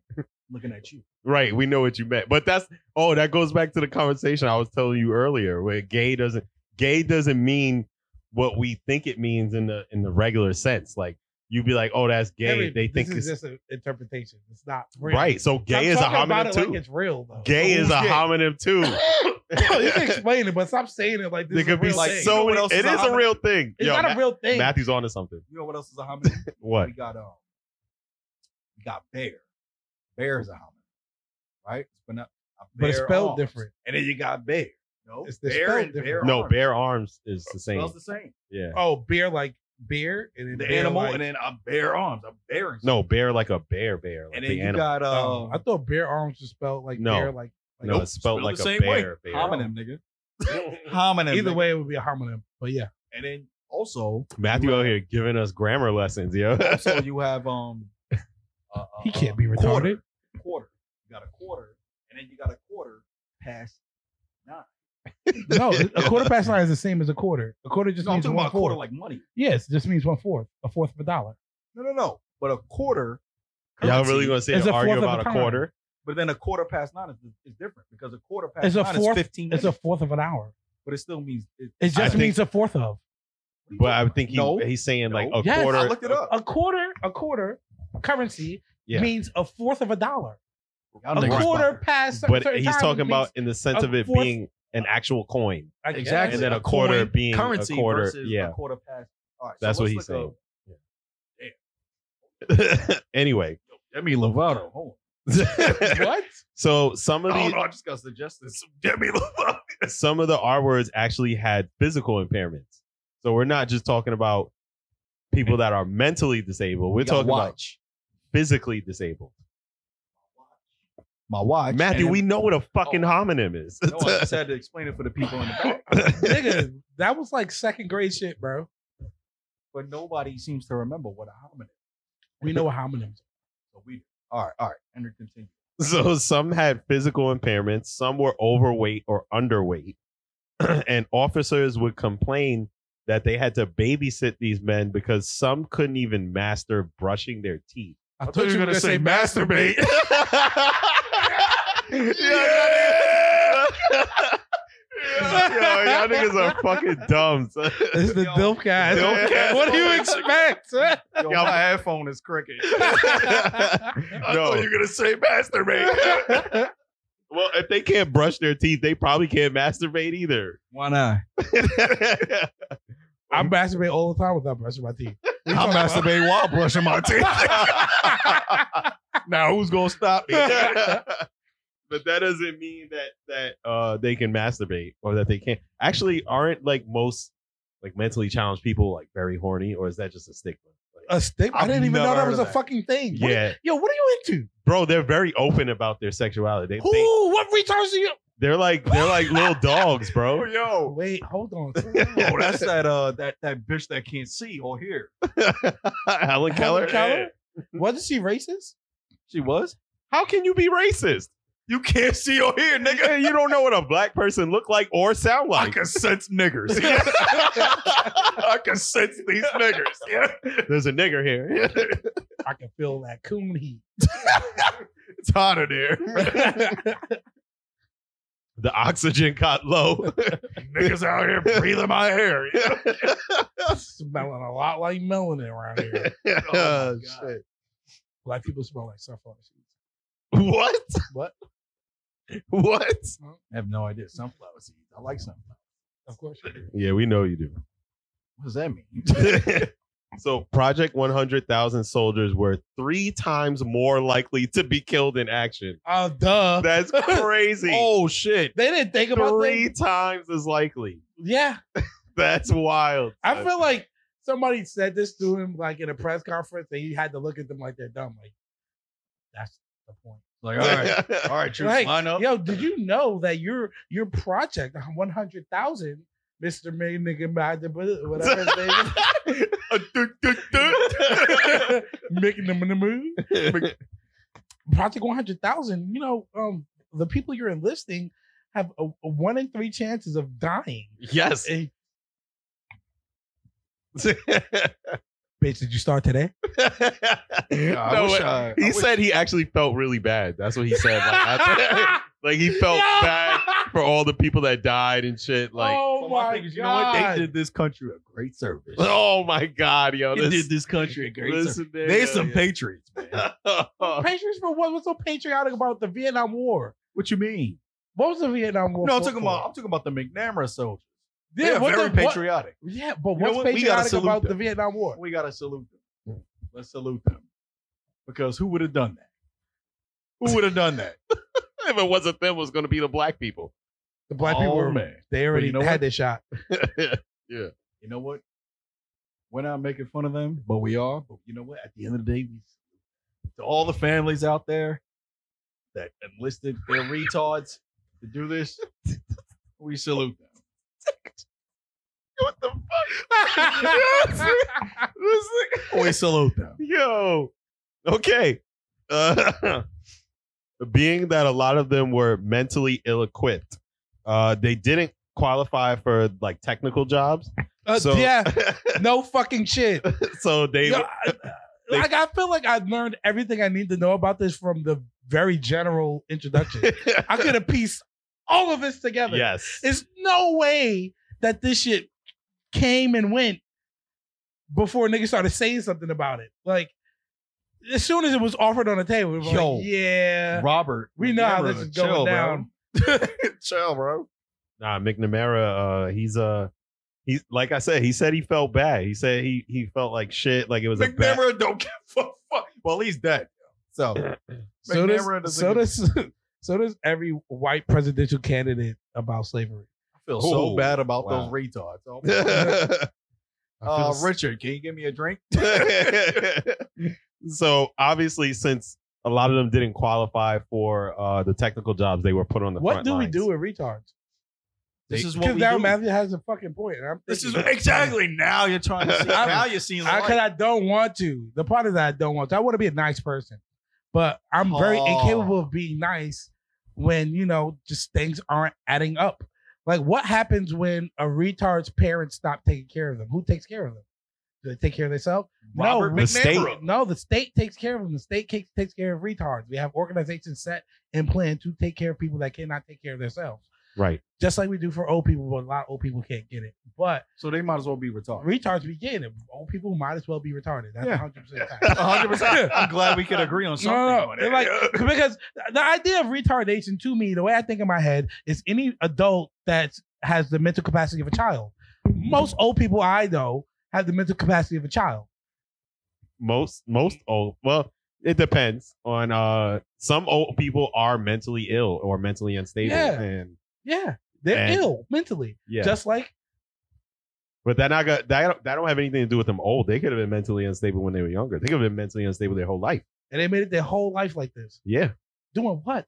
F: Looking at you.
E: Right, we know what you meant, but that's oh, that goes back to the conversation I was telling you earlier, where gay doesn't gay doesn't mean what we think it means in the in the regular sense. Like you'd be like, oh, that's gay.
H: Henry,
E: they think
H: this
E: it's
H: is just an interpretation. It's not real.
E: right. So
H: Stop
E: gay is a
H: talking about
E: homonym
H: it
E: too.
H: Like it's real though.
E: gay is a
F: Who's gay?
E: homonym too.
H: you can explain it, but stop saying it like this.
E: there could be
H: is a real
F: like
H: thing.
E: so
F: You know what
E: many. It
F: else is a
E: is a
F: homonym?
E: real thing.
H: It's
E: Yo,
H: not
E: Ma-
H: a real thing.
E: Matthew's onto something.
F: You know what else is a homonym?
E: What?
F: We got um, we got bear. Bear is a homonym, right? But not
H: But it's
F: uh, bear
H: spelled
F: arms.
H: different.
F: And then you got bear. No,
H: It's- they're
F: bear
H: spelled
F: and bear.
H: different.
E: No,
F: arms.
E: bare arms is the same.
F: Spells the same.
E: Yeah.
H: Oh, beer like beer and then
F: The
H: bear
F: animal
H: like-
F: and then a bear arms, a bear. and-
E: No, bear like a bear, bear. Like
F: and
E: the
F: then you
E: animal.
F: got
H: Oh,
F: um,
H: I thought bear arms was spelled like
E: No.
H: bear like. like
E: no,
F: nope,
E: it's spelled like a
F: the same way.
E: bear, bear.
F: homonym, nigga. homonym.
H: Either
F: nigga.
H: way, it would be a homonym. But yeah,
F: and then also
E: Matthew out here giving us grammar lessons, yo.
F: also you have um uh,
H: he
F: uh,
H: can't be
F: quarter,
H: retarded.
F: quarter you got a quarter and then you got a quarter past.
H: No, a quarter past nine is the same as a quarter. A quarter just
F: No, I'm
H: means
F: talking
H: one
F: about a quarter
H: fourth.
F: like money.
H: Yes, it just means one fourth. A fourth of a dollar.
F: No, no, no. But a quarter.
E: Y'all
F: currency-
E: really gonna sit
H: It's
E: and
H: a
E: argue
H: fourth of
E: about
H: a
E: a
H: pound.
E: quarter?
F: But then a quarter past nine is, is different because a quarter past
H: It's a
F: nine
H: fourth-
F: is 15 minutes,
H: It's a fourth of an hour.
F: but it still means it,
H: It just
E: I think-
H: means a fourth of.
E: But I think he
F: No.
E: he's saying like
F: No.
E: a
H: Yes.
E: quarter.
F: I looked it up.
H: A quarter, a quarter currency
E: Yeah.
H: means a fourth of a dollar.
F: Y'all
H: A
F: niggas
H: quarter
F: fucking-
H: past some-
E: but
H: certain
E: he's
H: time
E: talking
H: means-
E: about in the sense
H: a
E: of it
H: fourth-
E: being an actual coin,
H: I guess.
F: Exactly.
E: and then a quarter
F: coin
E: being
F: currency
E: a quarter.
F: versus
E: Yeah,
F: a quarter past. All right, so
E: that's what
F: let's
E: he's
F: look
E: saying. Yeah. anyway,
F: up Demi Lovato. Hold
H: What?
E: so some of
F: on. I don't know.
E: the
F: I just got suggested some Demi Lovato.
E: some of the R words actually had physical impairments. So we're not just talking about people that are mentally disabled. We're
F: We gotta
E: talking about physically disabled.
F: My watch.
E: Matthew,
F: And-
E: we know what a fucking homonym is.
F: Oh. No, I just had to explain it for the people in the back.
H: Nigga, that was like second grade shit, bro.
F: But nobody seems to remember what a hominid is.
H: We know what homonyms.
F: So we. All right, all right. Enter continue.
E: so some had physical impairments, some were overweight or underweight, and officers would complain that they had to babysit these men because some couldn't even master brushing their teeth.
H: I,
D: I thought you were gonna say masturbate.
E: Yo, y'all niggas are fucking dumb. son.
H: It's the
F: Yo,
H: DILF guy.
E: Dilfcast.
H: What do you expect?
F: Yo, my headphone is cricket.
E: no.
D: You're gonna say masturbate.
E: Well, if they can't brush their teeth, they probably can't masturbate either.
F: Why not?
H: I masturbate all the time without brushing my teeth.
D: I'm masturbating while brushing my teeth. now who's gonna stop me?
F: Oh,
E: but that doesn't mean that that uh they can masturbate or that they can't actually aren't like most like mentally challenged people like very horny or is that just a stigma Like,
H: A stick? I
D: I've
H: didn't even
D: never
H: know that
D: heard
H: was
D: of
H: a
D: that.
H: fucking thing. Uh, What-
E: yeah
H: Yo, what are you into?
E: bro they're very open about their sexuality they,
H: Who?
E: they
H: What retards are you?
E: they're like they're like little dogs bro
H: Oh, wait, hold on.
F: Oh, that's that uh that that bitch that can't see or hear.
E: helen keller,
H: Helen Keller? Wasn't she racist?
F: She was.
E: how can you be racist
D: You can't see or hear, nigga.
E: Nigga, you don't know what a black person look like or sound
D: I
E: like
D: can sense niggers. I can sense these niggers. Yeah.
E: there's a nigger here
H: I can feel that coon heat.
D: It's hot in there.
E: the oxygen got low
D: Niggas out here breathing my hair.
H: Smelling a lot like melanin around here.
E: Oh, shit.
H: Black people smell like sunflower seeds.
E: What?
H: What?
E: What?
F: I have no idea. Sunflower seeds. I like sunflower.
H: Of course.
E: Yeah, we know you do.
F: What does that mean?
E: so, Project 100,000 soldiers were three times more likely to be killed in action.
H: Oh, duh.
E: That's crazy.
H: Oh, shit. They didn't think about
E: three
H: that.
E: times as likely.
H: Yeah.
E: That's wild.
H: I feel like somebody said this to him like in a press conference, and he had to look at them like they're dumb. Like that's the point.
F: Like, all right, all right, troops,
H: Like,
F: line up.
H: yo, did you know that your your project one hundred thousand, Mister May Nigga Mad- whatever his name is, making them in the mood. Project one hundred thousand. You know, um, the people you're enlisting have a, a one in three chances of dying.
E: yes.
H: Hey, bitch, did you start today?
F: Yeah, I
E: No,
F: wish
E: wait.
F: I- I
E: he
F: wish-
E: said he actually felt really bad. That's what he said. Like, I- like, he felt bad for all the people that died and shit. Like,
H: oh
F: So my
H: my
F: thing is,
H: god!
F: you know what? They did this country a great service.
E: Oh my God, yo!
F: they
E: This,
F: did this country a great service.
E: listen,
F: They some patriots, man.
H: Patriots for what was so patriotic about the Vietnam War?
F: what you mean?
H: What was the Vietnam War?
F: No, I'm
H: for-
F: talking about I'm talking about the McNamara soldiers.
H: Yeah,
F: They're
H: what
F: very
H: the- what-
F: patriotic.
H: yeah, but
F: know
H: what's
F: what? We gotta
H: patriotic
F: salute
H: about the
F: them.
H: Vietnam War?
F: We gotta salute them. Let's salute them because who would have done that? Who would have done that?
E: if it wasn't them, it was going to be the black people.
H: The black people
F: Oh,
H: were
F: man.
H: they already
F: you know
H: had
F: what?
H: their shot.
F: You know what? We're not making fun of them, but we are. But you know what? At the end of the day, we, to all the families out there that enlisted their retards to do this, we salute them.
E: what the fuck? This
F: We salute them.
E: nigga- yo, okay. Uh, being that a lot of them were mentally ill-equipped, uh, they didn't qualify for like technical jobs.
H: Uh,
E: so,
H: yeah, no fucking shit.
E: so they
H: Yo, I,
E: They-
H: like, I feel like I've learned everything I need to know about this from the very general introduction. I could have pieced all of this together.
E: yes,
H: There's no way that this shit came and went before niggas started saying something about it. Like, as soon as it was offered on the table, we were
F: Yo.
H: like, yeah,
F: Robert.
H: we know how
F: McNamara,
H: this is going down.
E: chill, bro. Nah, McNamara, uh, he's Uh, he, like I said, he said he felt bad. He said he he felt like shit, like it was a bad.
D: McNamara don't give a fuck. Well, he's dead. So
H: So does,
D: McNamara doesn't
H: so, does, so does every white presidential candidate about slavery.
F: I feel so
E: Ooh,
F: bad about
E: wow.
F: those retards. Oh,
E: I
F: uh,
E: feel
F: Richard, can you give me a drink?
E: so obviously, since a lot of them didn't qualify for uh, the technical jobs, they were put on the
H: what
E: front
H: do
E: lines.
H: we do with retards?
F: This is what
H: Because
F: we
H: now
F: do.
H: Matthew has a fucking point. and I'm
D: this is
H: thinking-
D: exactly now you're trying to see.
H: I'm-
D: now you're seeing
H: I,
D: light.
H: cause I don't want to. The part is that I don't want to. I want to be a nice person, but I'm very
D: Oh.
H: incapable of being nice when you know just things aren't adding up. Like, what happens when a retard's parents stop taking care of them? Who takes care of them? Do they take care of themselves?
D: Robert
H: no,
E: The state.
D: McNamara.
H: no. The state takes care of them. The state takes, takes care of retards. We have organizations set and planned to take care of people that cannot take care of themselves,
E: Right.
H: just like we do for old people. But a lot of old people can't get it. But
F: So they might as well be retarded.
H: retards be getting it. Old people might as well be retarded. That's
F: Yeah.
H: 100% fact.
D: 100%. I'm glad we could agree on something.
H: No, no,
D: on
H: no.
D: it.
H: Like, because the idea of retardation to me, the way I think in my head, is any adult that has the mental capacity of a child. Most old people I know have the mental capacity of a child.
E: Most most old. Well, it depends on. Uh, some old people are mentally ill or mentally unstable,
H: Yeah.
E: and
H: Yeah. They're
E: And-
H: ill mentally.
E: yeah.
H: Just like
E: but that not got that don't, that don't have anything to do with them old. They could have been mentally unstable when they were younger. They could have been mentally unstable their whole life.
H: and they made it their whole life like this.
E: Yeah.
H: Doing what?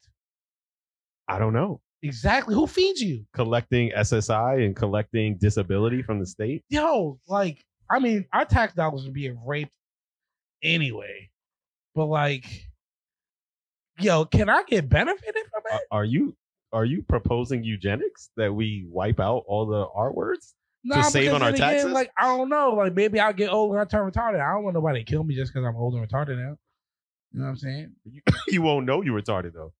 E: I don't know.
H: Exactly. Who feeds you?
E: Collecting SSI and collecting disability from the state.
H: yo, like, I mean, our tax dollars are being raped anyway. But like, yo, can I get benefited from it?
E: Are, are you are you proposing eugenics that we wipe out all the R words?
H: Nah,
E: save
H: because
E: on our
H: then again,
E: taxes?
H: like, I don't know. Like, maybe I'll get older and I turn retarded. I don't want nobody to kill me just because I'm old and retarded now. You know what I'm saying?
E: You won't know you retarded though.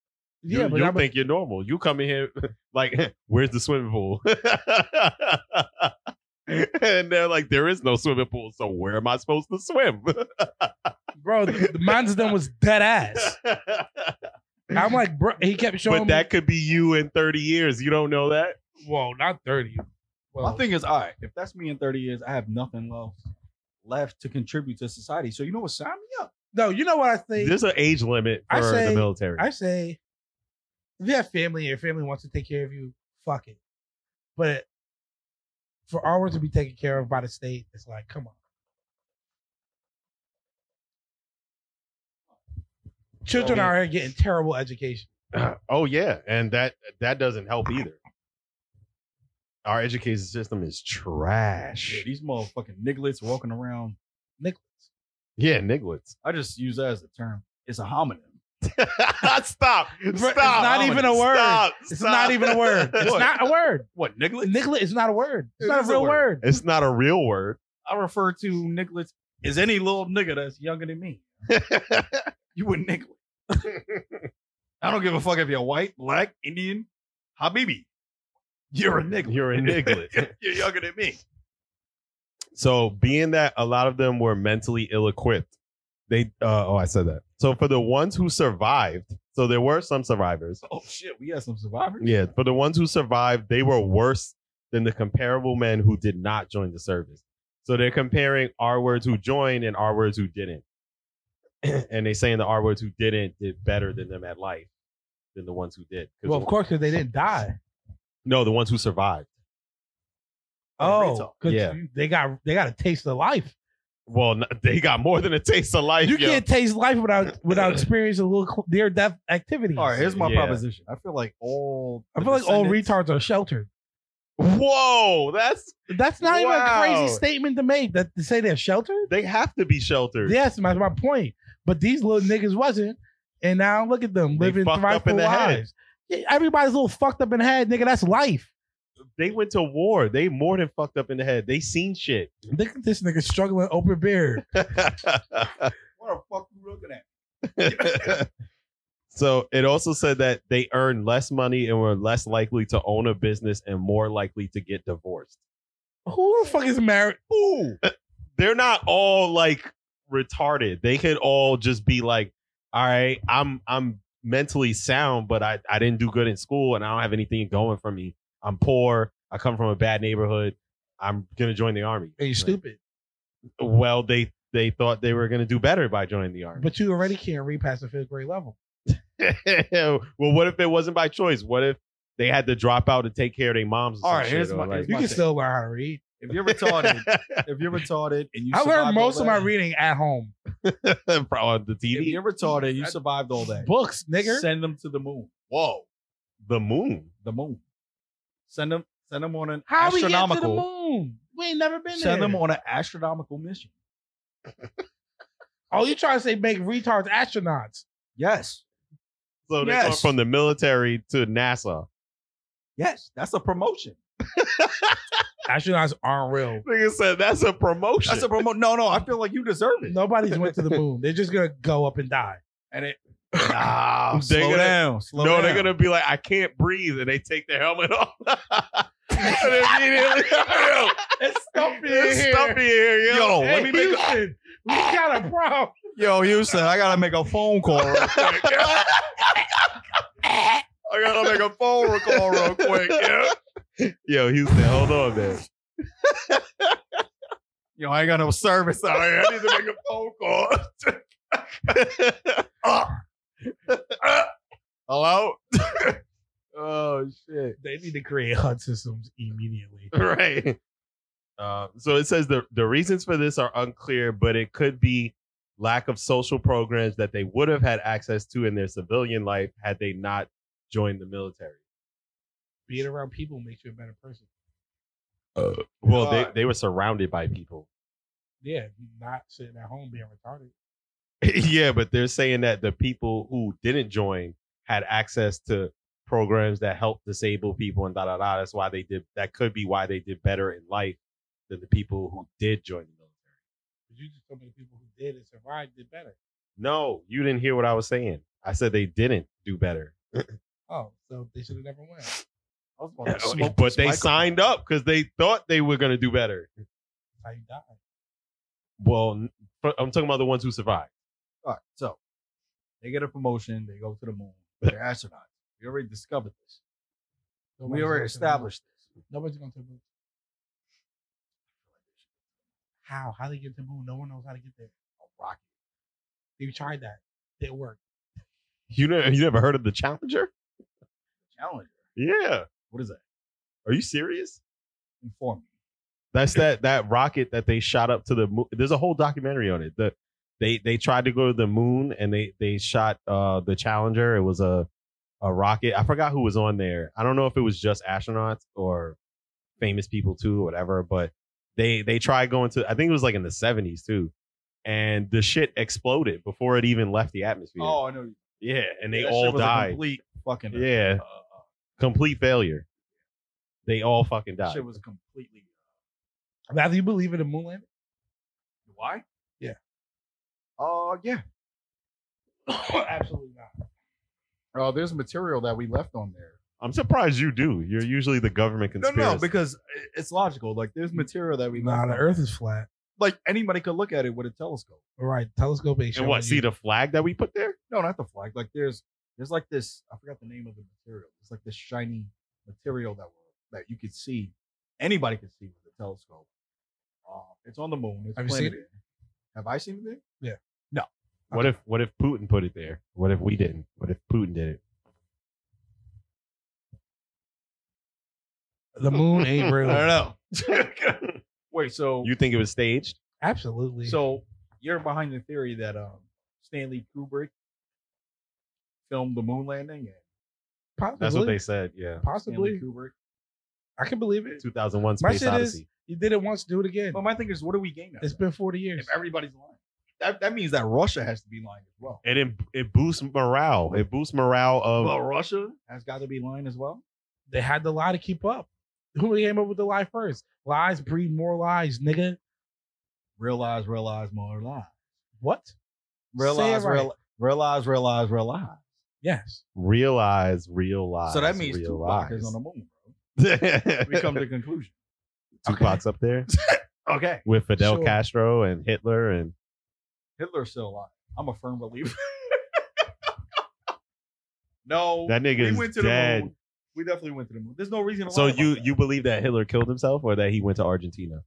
E: You,
H: Yeah, but
E: you
H: I'm a-
E: think you're normal. You come in here like, where's the swimming pool? and they're like, there is no swimming pool, so where am I supposed to swim?
H: bro, the the mine's done was dead ass. I'm like, bro, he kept showing
E: but
H: me.
E: that could be you in 30 years. You don't know that.
H: Whoa, not 30.
F: My
H: Well,
F: thing is, all right, if that's me in 30 years, I have nothing left left to contribute to society. So you know what? Sign me up.
H: no, you know what I think?
E: There's an age limit
H: I
E: for
H: say-
E: the military.
H: I say, if you have family and your family wants to take care of you, fuck it. But for ours to be taken care of by the state, it's like, come on. Children are here getting terrible education.
E: oh yeah, and that that doesn't help either. Our education system is
F: Yeah,
E: trash.
F: these motherfucking nigglets walking around.
E: Yeah, nigglets.
F: I just use that as a term. It's a homonym.
E: stop. Stop.
H: it's not even a word.
E: Stop.
H: It's
E: Stop.
H: not even a word. It's
E: What?
H: not a word.
F: What, nigglets?
H: Nicolette is not a word. It's
F: It
H: not a
F: is a
H: real word.
F: word.
E: It's not a real word.
F: I refer to nigglets as any little nigga that's younger than me. you a nigga. I don't give a fuck if you're white, black, Indian, Habibi. You're a nigga.
E: You're a niglet.
F: you're younger than me.
E: so being that a lot of them were mentally ill-equipped, they uh, oh I said that. So for the ones who survived, so there were some survivors.
F: Oh shit, we had some survivors.
E: Yeah, for the ones who survived, they were worse than the comparable men who did not join the service. So they're comparing R words who joined and R words who didn't. and they saying the R words who didn't did better than them at life than the ones who did. 'Cause
H: Well, of
E: the-
H: course, because they didn't die.
E: No, the ones who survived.
H: Oh, 'cause
E: Yeah.
H: you- they got they got a taste of life.
E: Well, n- they got more than a taste of life.
H: You
E: yo.
H: can't taste life without without experiencing a little near death activities.
F: All right, here's my
E: Yeah.
F: proposition. I feel like all
H: I
F: the
H: feel like all
F: descendants-
H: retards are sheltered.
E: Whoa, that's
H: That's not even a
E: Wow.
H: crazy statement to make that to say they're sheltered.
E: they have to be sheltered.
H: Yes, that's my point. But these little niggas wasn't. And now look at them
E: They
H: living
E: fucked up
H: thriving
E: in the head.
H: lives. Yeah, everybody's a little fucked up in the head, nigga. That's life.
E: They went to war. They more than fucked up in the head. They seen shit.
H: Look at this nigga struggling open beer.
F: What the fuck you looking at?
E: so it also said that they earned less money and were less likely to own a business and more likely to get divorced.
H: Who the fuck is married? Ooh,
E: They're not all like retarded. They could all just be like, all right, I'm I'm mentally sound, but I, I didn't do good in school and I don't have anything going for me. I'm poor. I come from a bad neighborhood. I'm gonna join the army.
H: hey, you stupid.
E: Well, they they thought they were gonna do better by joining the army.
H: But you already can't repass the fifth grade level.
E: well, what if it wasn't by choice? What if they had to drop out to take care of their moms? All
F: All
E: right,
F: right, here's my-
E: like,
H: You
F: My thing.
H: can still learn how to read.
F: If you're retarded, if you're retarded and you
H: I
F: survived all
H: learned most of my
F: that-
H: reading at home.
E: Probably on the
F: If
E: TV,
F: you're retarded, you survived all that.
H: Books, nigga.
F: Send them to the moon.
E: whoa, the moon.
F: The moon. Send them. Send them on an
H: How we get to the
F: astronomical.
H: moon? We ain't never been there.
F: Send them on an astronomical mission.
H: Oh, you trying to say make retards astronauts?
F: Yes.
E: So they go
F: Yes.
E: from the military to NASA.
F: Yes. That's a promotion.
H: Astronauts aren't real.
E: Nigga said that's a promotion.
F: That's a promotion. No, no. I feel like you deserve it.
H: Nobody's went to the moon. They're just gonna go up and die.
F: And it.
E: Nah,
F: slow
E: they're gonna-
F: down. Slow
E: no,
F: down.
E: they're gonna be like, I can't breathe, and they take their helmet off. and immediately, yo,
H: It's
E: it's stuffy here, yo.
F: Yo,
H: Hey,
F: let me make. A,
H: Houston, we got a problem.
F: yo, Houston, I gotta make a phone call. real quick. I gotta make a phone call real quick. Yeah.
E: Yo, Houston, hold on, man.
F: Yo, I ain't got no service out here. I need to make a phone call. Uh.
E: Hello.
F: Oh shit.
H: They need to create HUD systems immediately.
E: right. Uh, so it says the the reasons for this are unclear, but it could be lack of social programs that they would have had access to in their civilian life had they not joined the military.
H: Being around people makes you a better person.
E: Well, they, they were surrounded by people.
H: Yeah, not sitting at home being retarded.
E: yeah, but they're saying that the people who didn't join had access to programs that help disabled people and da da da. That's why they did. That could be why they did better in life than the people who did join the military.
H: But you just told me the people who did and survived did better.
E: No, you didn't hear what I was saying. I said they didn't do better.
H: Oh, so they should have never went.
F: I was about to Oh, smoke
E: but
F: this
E: they
F: microphone.
E: signed up because they thought they were going to do better.
H: How you died.
E: Well, n- fr- I'm talking about the ones who survived.
F: All right, so they get a promotion, they go to the moon, they're astronauts. We already discovered this.
H: Nobody's
F: we
H: going
F: already
H: to the moon.
F: established this.
H: Nobody's going to the moon. How? How they get to the moon? No one knows how to get there. A rocket. They tried that. Didn't work.
E: You never, you never heard of the Challenger?
F: Challenger.
E: Yeah.
F: What is that?
E: Are you serious?
F: Inform me.
E: That's that that rocket that they shot up to the moon. There's a whole documentary on it. The they they tried to go to the moon and they they shot uh the Challenger. It was a a rocket. I forgot who was on there. I don't know if it was just astronauts or famous people too, or whatever. But they they tried going to. I think it was like in the 70s too, and the shit exploded before it even left the atmosphere.
F: Oh, I know. you-
E: yeah, and they
F: that shit
E: all
F: was a
E: died.
F: Complete fucking.
E: yeah,
F: Uh,
E: complete failure. They all fucking
F: that
E: died.
F: shit was completely.
H: Now, do you believe in the moon landing?
F: Why?
H: Yeah.
F: Oh yeah.
H: Absolutely not.
F: Oh, there's material that we left on there.
E: I'm surprised you do. You're usually the government
F: No,
E: conspiracy.
F: no, because i- it's logical. Like there's material that we
H: Nah,
F: left.
H: the
F: on-
H: Earth is flat.
F: Like anybody could look at it with a telescope.
H: All right, telescope ain't
E: And
H: showing
E: what?
H: you-
E: See the flag that we put there?
F: No, not the flag. Like there's there's like this. I forgot the name of the material. It's like this shiny material that will that you could see. Anybody could see with a telescope. Uh, it's on the moon. It's
H: Have you seen
F: planted there. Have I seen it?
E: What if what if Putin put it there? What if we didn't? What if Putin did it?
H: The moon ain't real.
F: know. Wait, so
E: You think it was staged?
H: Absolutely.
F: so you're behind the theory that um, Stanley Kubrick filmed the moon landing? And
H: possibly,
E: That's what they said. Yeah.
H: possibly.
F: Stanley Kubrick.
H: I can believe it.
E: 2001
H: My
E: Space
H: shit is-
E: Odyssey.
H: You did it once, do it again.
E: Oh
F: But my thing is, what do we gain? out
H: It's
F: of
H: been 40
F: that
H: years.
F: if everybody's lying? that, that means that Russia has to be lying as well.
E: And it, it boosts morale. It boosts morale of
D: Well, Russia.
F: Has got to be lying as well.
H: They had the lie to keep up. Who came up with the lie first? Lies breed more lies, nigga.
F: Realize, realize, more lies.
H: What?
F: Realize,
H: right.
F: real, realize, realize, realize.
H: Yes.
E: realize, realize.
F: so that means
E: realize.
F: Tupac is on the moon.
E: the
F: We come to conclusion.
E: Tupac's up there
F: Okay,
E: with Fidel
H: Sure.
E: Castro and Hitler and
F: Hitler's still alive. I'm a firm believer. no,
E: that nigga
F: we
E: is
F: went to the
E: dead.
F: moon. We definitely went to the moon. There's no reason. To
E: So
F: lie about
E: you
F: that.
E: you believe that Hitler killed himself or that he went to Argentina?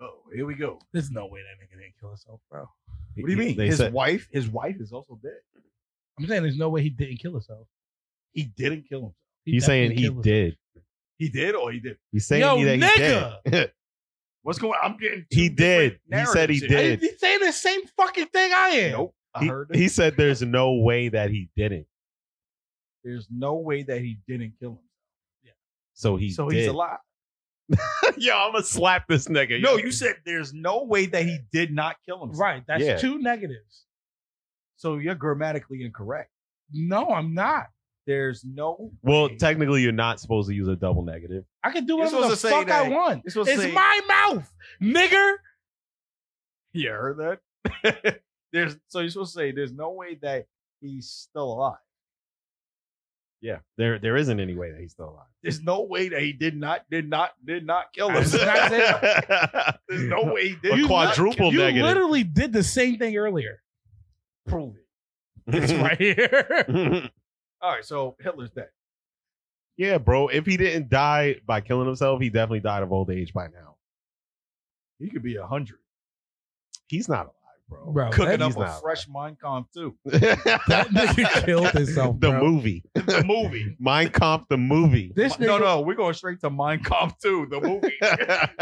F: Oh, here we go.
H: There's no way that nigga didn't kill himself, bro.
F: What do you mean?
E: They
F: His
E: said,
F: wife, his wife is also dead.
H: I'm saying there's no way he didn't kill himself.
F: He didn't kill himself.
H: He
E: he's saying
H: definitely
E: he
H: killed himself.
E: did.
F: He did, or he did.
E: He's saying
H: Yo,
E: that
H: nigga!
E: he did.
D: What's going? I'm getting. two
E: he did.
D: different
E: He said he
D: narratives here.
E: did.
H: He's saying the same fucking thing I am.
F: Nope. I
E: He,
F: heard it.
E: he said there's no way that he didn't.
F: There's no way that he didn't kill him.
E: So he
F: so
E: did.
F: he's alive.
E: yo, I'm gonna slap this nigga.
F: No, you said there's no way that he did not kill himself.
H: Right. That's
E: Yeah.
H: two negatives.
F: So you're grammatically incorrect.
H: No, I'm not.
F: There's no.
E: Well,
F: way.
E: technically, you're not supposed to use a double negative.
H: I can do
D: You're
H: whatever
D: supposed
H: the
D: to say
H: fuck I
D: that.
H: want.
D: You're
H: It's
D: supposed to say-
H: my mouth, nigger.
F: you heard that? there's so you're supposed to say there's no way that he's still alive.
E: Yeah, there there isn't any way that he's still alive.
F: There's no way that he did not, did not, did not kill
H: I did
F: himself.
H: not say that.
F: there's no way he did.
E: a
F: not
E: quadruple
H: You
E: negative.
H: literally did the same thing earlier.
F: prove it.
H: It's right here.
F: All right, so Hitler's dead.
E: yeah, bro. If he didn't die by killing himself, he definitely died of old age by now.
F: He could be a hundred.
E: He's not alive, bro.
H: Bro,
F: Cooking
H: that-
F: up
E: he's
F: a
E: not.
F: fresh Mein Kampf too.
E: that
H: nigga killed himself,
E: The
H: bro.
E: movie,
F: The movie.
E: Mind Comp, the movie.
H: This nigga,
F: no, no, we're going straight to Mein Kampf too. The movie.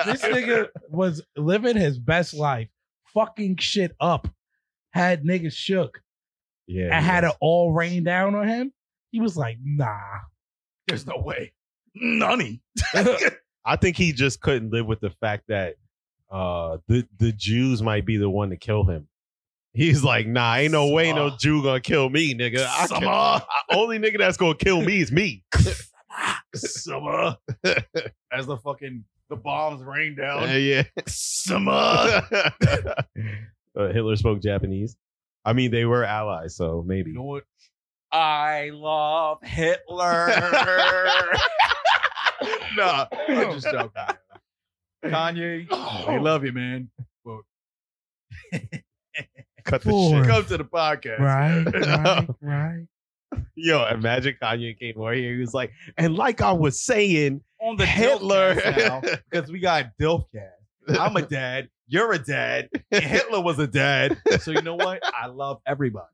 H: this nigga was living his best life, fucking shit up, had niggas shook,
E: yeah,
H: and had it all rain down on him. He was like, nah.
D: There's no way. Nunny.
E: I think he just couldn't live with the fact that uh the the Jews might be the one to kill him. He's like, nah, ain't no way no
D: Summer.
E: Jew gonna kill me, nigga. I can,
D: Summer.
E: only nigga that's gonna kill me is me.
D: Summer.
F: As the fucking
D: The bombs rain
E: Uh,
D: down.
E: yeah.
D: Summer.
E: Uh, Hitler spoke Japanese. I mean, they were allies, so maybe.
F: you know what? I love Hitler.
E: nah,
F: I just joking. Kanye,
D: Oh.
F: we love you, man. But
E: cut the
H: Four.
E: shit.
F: come to the podcast.
H: Right, right, right.
E: Yo, imagine Kanye came over here. He was like, and like I was saying,
F: On the
E: Hitler.
F: Hitler now, because we got Dilfcast. I'm a dad. You're a dad. and Hitler was a dad. So you know what? I love everybody.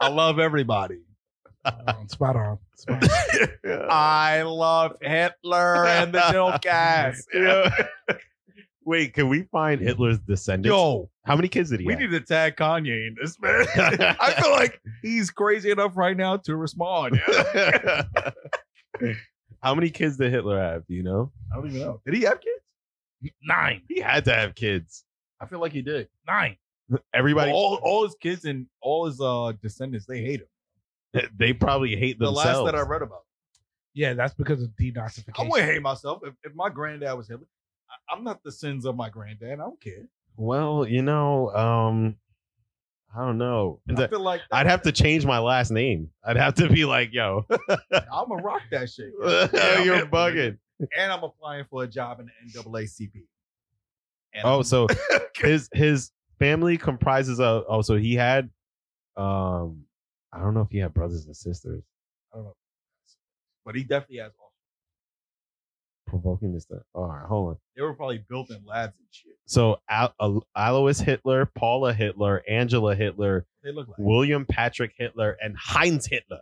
F: I love everybody.
H: Spot on, spot on. Spot on.
F: I love Hitler and the Dilfcast.
E: Yo. Wait, can we find Hitler's descendants?
F: Yo,
E: How many kids did he
F: we
E: have?
F: need to tag Kanye in this, man. I feel like he's crazy enough right now to respond.
E: How many kids did Hitler have? Do you know?
F: I don't even know. Did he have kids?
H: Nine,
E: He had to have kids.
F: I feel like he did.
H: nine.
E: Everybody,
F: all all his kids and all his uh descendants, they hate him.
E: they probably hate themselves.
F: The last that I read about.
H: Yeah, that's because of denazification.
F: I wouldn't hate myself if, if my granddad was Hitler. I, I'm not the sins of my granddad. I don't care.
E: well, you know, um, I don't know.
F: I feel like
E: I'd have to change my last name. I'd have to be like, yo,
F: I'm gonna rock that shit.
E: you're bugging.
F: And I'm applying for a job in the NAACP. And
E: Oh,
F: I'm-
E: so his his family comprises of oh, so he had um I don't know if he had brothers and sisters.
F: but he definitely has. all-
E: Provoking this stuff. All right, hold on.
F: They were probably built in labs and shit.
E: So Al- Al- Alois Hitler, Paula Hitler, Angela Hitler,
F: They look like
E: William Patrick Hitler, and Heinz Hitler.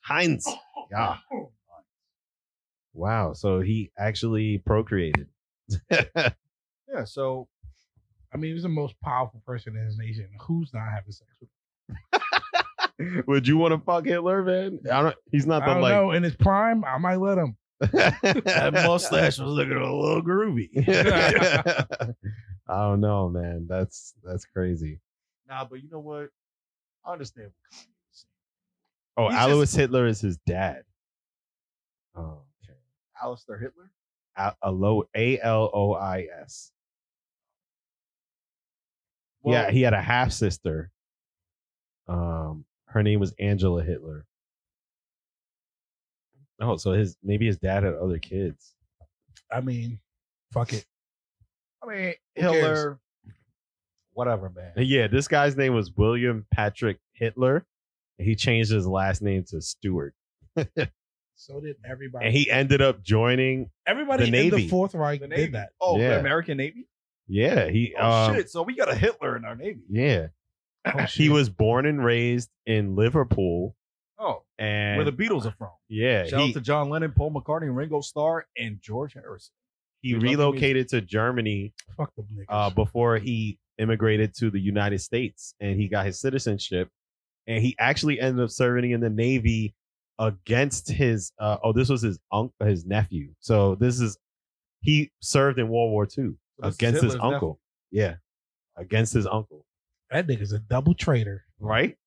E: Heinz. Yeah. Wow. So he actually procreated.
F: yeah. So
H: I mean, he was the most powerful person in his nation. Who's not having sex with?
E: Would you want to fuck Hitler, man? I don't. He's not
H: I
E: the
H: don't know. In his prime, I might let him.
E: like.
D: that mustache was looking a little groovy.
E: I I don't know, man. That's that's crazy.
F: Nah, but you know what? I understand. what Kanye was saying.
E: Oh,
F: He's
E: Alois Hitler is his dad. Oh, okay.
F: Alistair Hitler.
E: A- Alo- A-L-O-I-S. yeah, he had a half sister. Um, her name was Angela Hitler. Oh, so his maybe his dad had other kids.
H: I mean, fuck it.
F: I mean,
H: cares?
F: Hitler. Whatever, man.
E: Yeah, this guy's name was William Patrick Hitler. He changed his last name to Stewart,
H: So did everybody.
E: and he ended up joining.
H: everybody
E: the
H: in
E: Navy.
H: the Fourth Reich
F: The Navy.
H: did that.
F: Oh,
E: Yeah.
F: the American Navy.
E: Yeah, he.
F: Oh
E: um,
F: shit! So we got a Hitler in our Navy.
E: Yeah,
H: Oh,
E: he
H: shit.
E: was born and raised in Liverpool,
F: Oh,
E: and
F: where the Beatles are from.
E: yeah,
F: Shout
E: he-
F: out to John Lennon, Paul McCartney, Ringo Starr, and George Harrison.
E: he
F: love the
E: relocated to Germany
H: fuck them niggas.
E: uh, before he immigrated to the United States and he got his citizenship. And he actually ended up serving in the Navy against his uh, oh, this was his uncle, his nephew. So this is he served in World War II
F: So this is
E: against his
F: Hitler's
E: uncle. Yeah, against his uncle.
H: that nigga's a double traitor.
E: Right.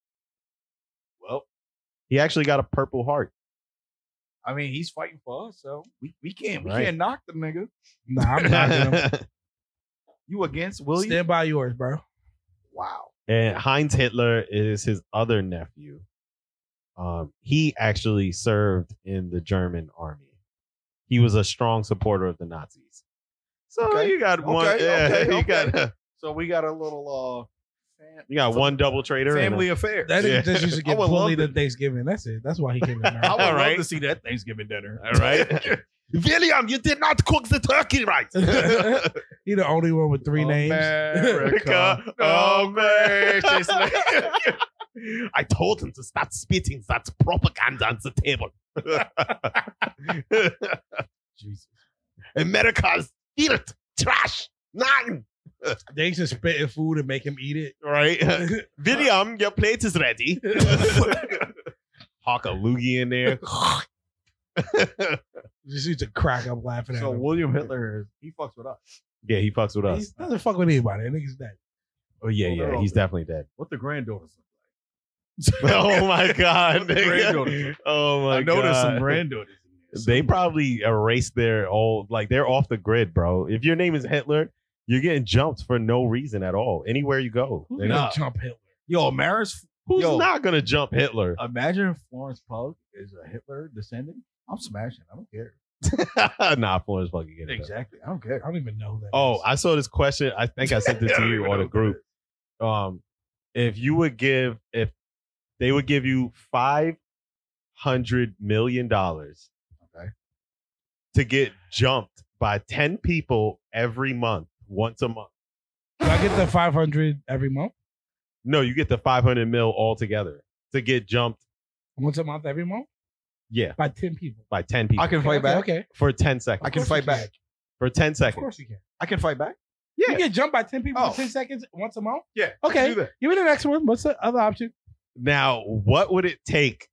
E: Well, he actually got a Purple Heart.
F: I mean, he's fighting for us, so we, we can't we
E: Right.
F: can't knock the nigga.
H: Nah, I'm not him.
F: You against William?
H: Stand by yours, bro.
F: wow.
E: and Heinz Hitler is his other nephew. Um, he actually served in the German army. He was a strong supporter of the Nazis. So
F: Okay.
E: you got one.
F: Okay,
E: yeah,
F: okay,
E: you
F: okay.
E: got
F: So we got a little uh fam-
E: you got
F: some
E: one double traitor. and a-
F: family affair.
H: That
E: Yeah.
H: nigga just used to
F: I
H: get
F: would love
H: bullied
F: that.
H: at Thanksgiving. That's it. That's why he came to
F: I would
H: America.
E: All right.
F: love to see that Thanksgiving dinner.
E: all right.
B: William, you did not cook the turkey right.
H: he the only one with
F: Oh,
H: three names.
F: America.
B: Oh,
F: oh,
B: gracious. I told him to stop spitting that propaganda on the table.
F: Jesus.
B: America's dirt, trash, nine.
H: They used to spit in food and make him eat it.
B: Right? William, your plate is ready.
E: Hawk a loogie in there.
H: Just used to crack up laughing at
F: So
H: him.
F: William Hitler, he fucks with us.
E: yeah, he fucks with
H: He
E: us.
H: doesn't fuck with anybody. That nigga's dead.
E: Oh yeah,
F: Oh, they're
E: yeah,
F: all
E: he's
F: dead.
E: definitely dead.
F: What the granddaughters look
E: oh my god,
F: What the
E: nigga.
F: granddaughter?
E: Oh my
F: like? I know there's some
E: God.
F: granddaughters in there.
E: They probably erased their old like they're off the grid, bro. If your name is Hitler, you're getting jumped for no reason at all. Anywhere you go,
H: Who's
E: They're
H: gonna
E: not-
H: jump Hitler?
F: Yo, Maris,
E: who's
F: yo,
E: not gonna jump Hitler?
F: imagine if Florence Pugh is a Hitler descendant. I'm smashing. I don't care. Uh,
E: nah, Florence fucking get it.
F: Exactly. I don't care.
H: I don't even know who that.
E: Oh,
H: is.
E: I saw this question. I think I sent it to you on a group. Um, if you would give, if they would give you five hundred million dollars,
F: Okay.
E: to get jumped by ten people every month, once a month.
H: do I get the five hundred every month?
E: No, you get the 500 mil altogether to get jumped.
H: Once a month, every month
E: Yeah,
H: by ten people.
E: by 10 people
F: I can
H: Okay,
F: fight
H: okay,
F: back.
H: Okay,
E: for 10 seconds.
F: I can
H: Of course
F: fight
H: you
F: back.
E: for 10
H: of
E: seconds.
H: course you can.
F: I can fight back.
H: You get jumped by ten people
F: Oh.
H: in ten seconds once a month.
F: Yeah.
H: Okay.
F: do that.
H: Give me the next one. What's the other option?
E: Now, what would it take?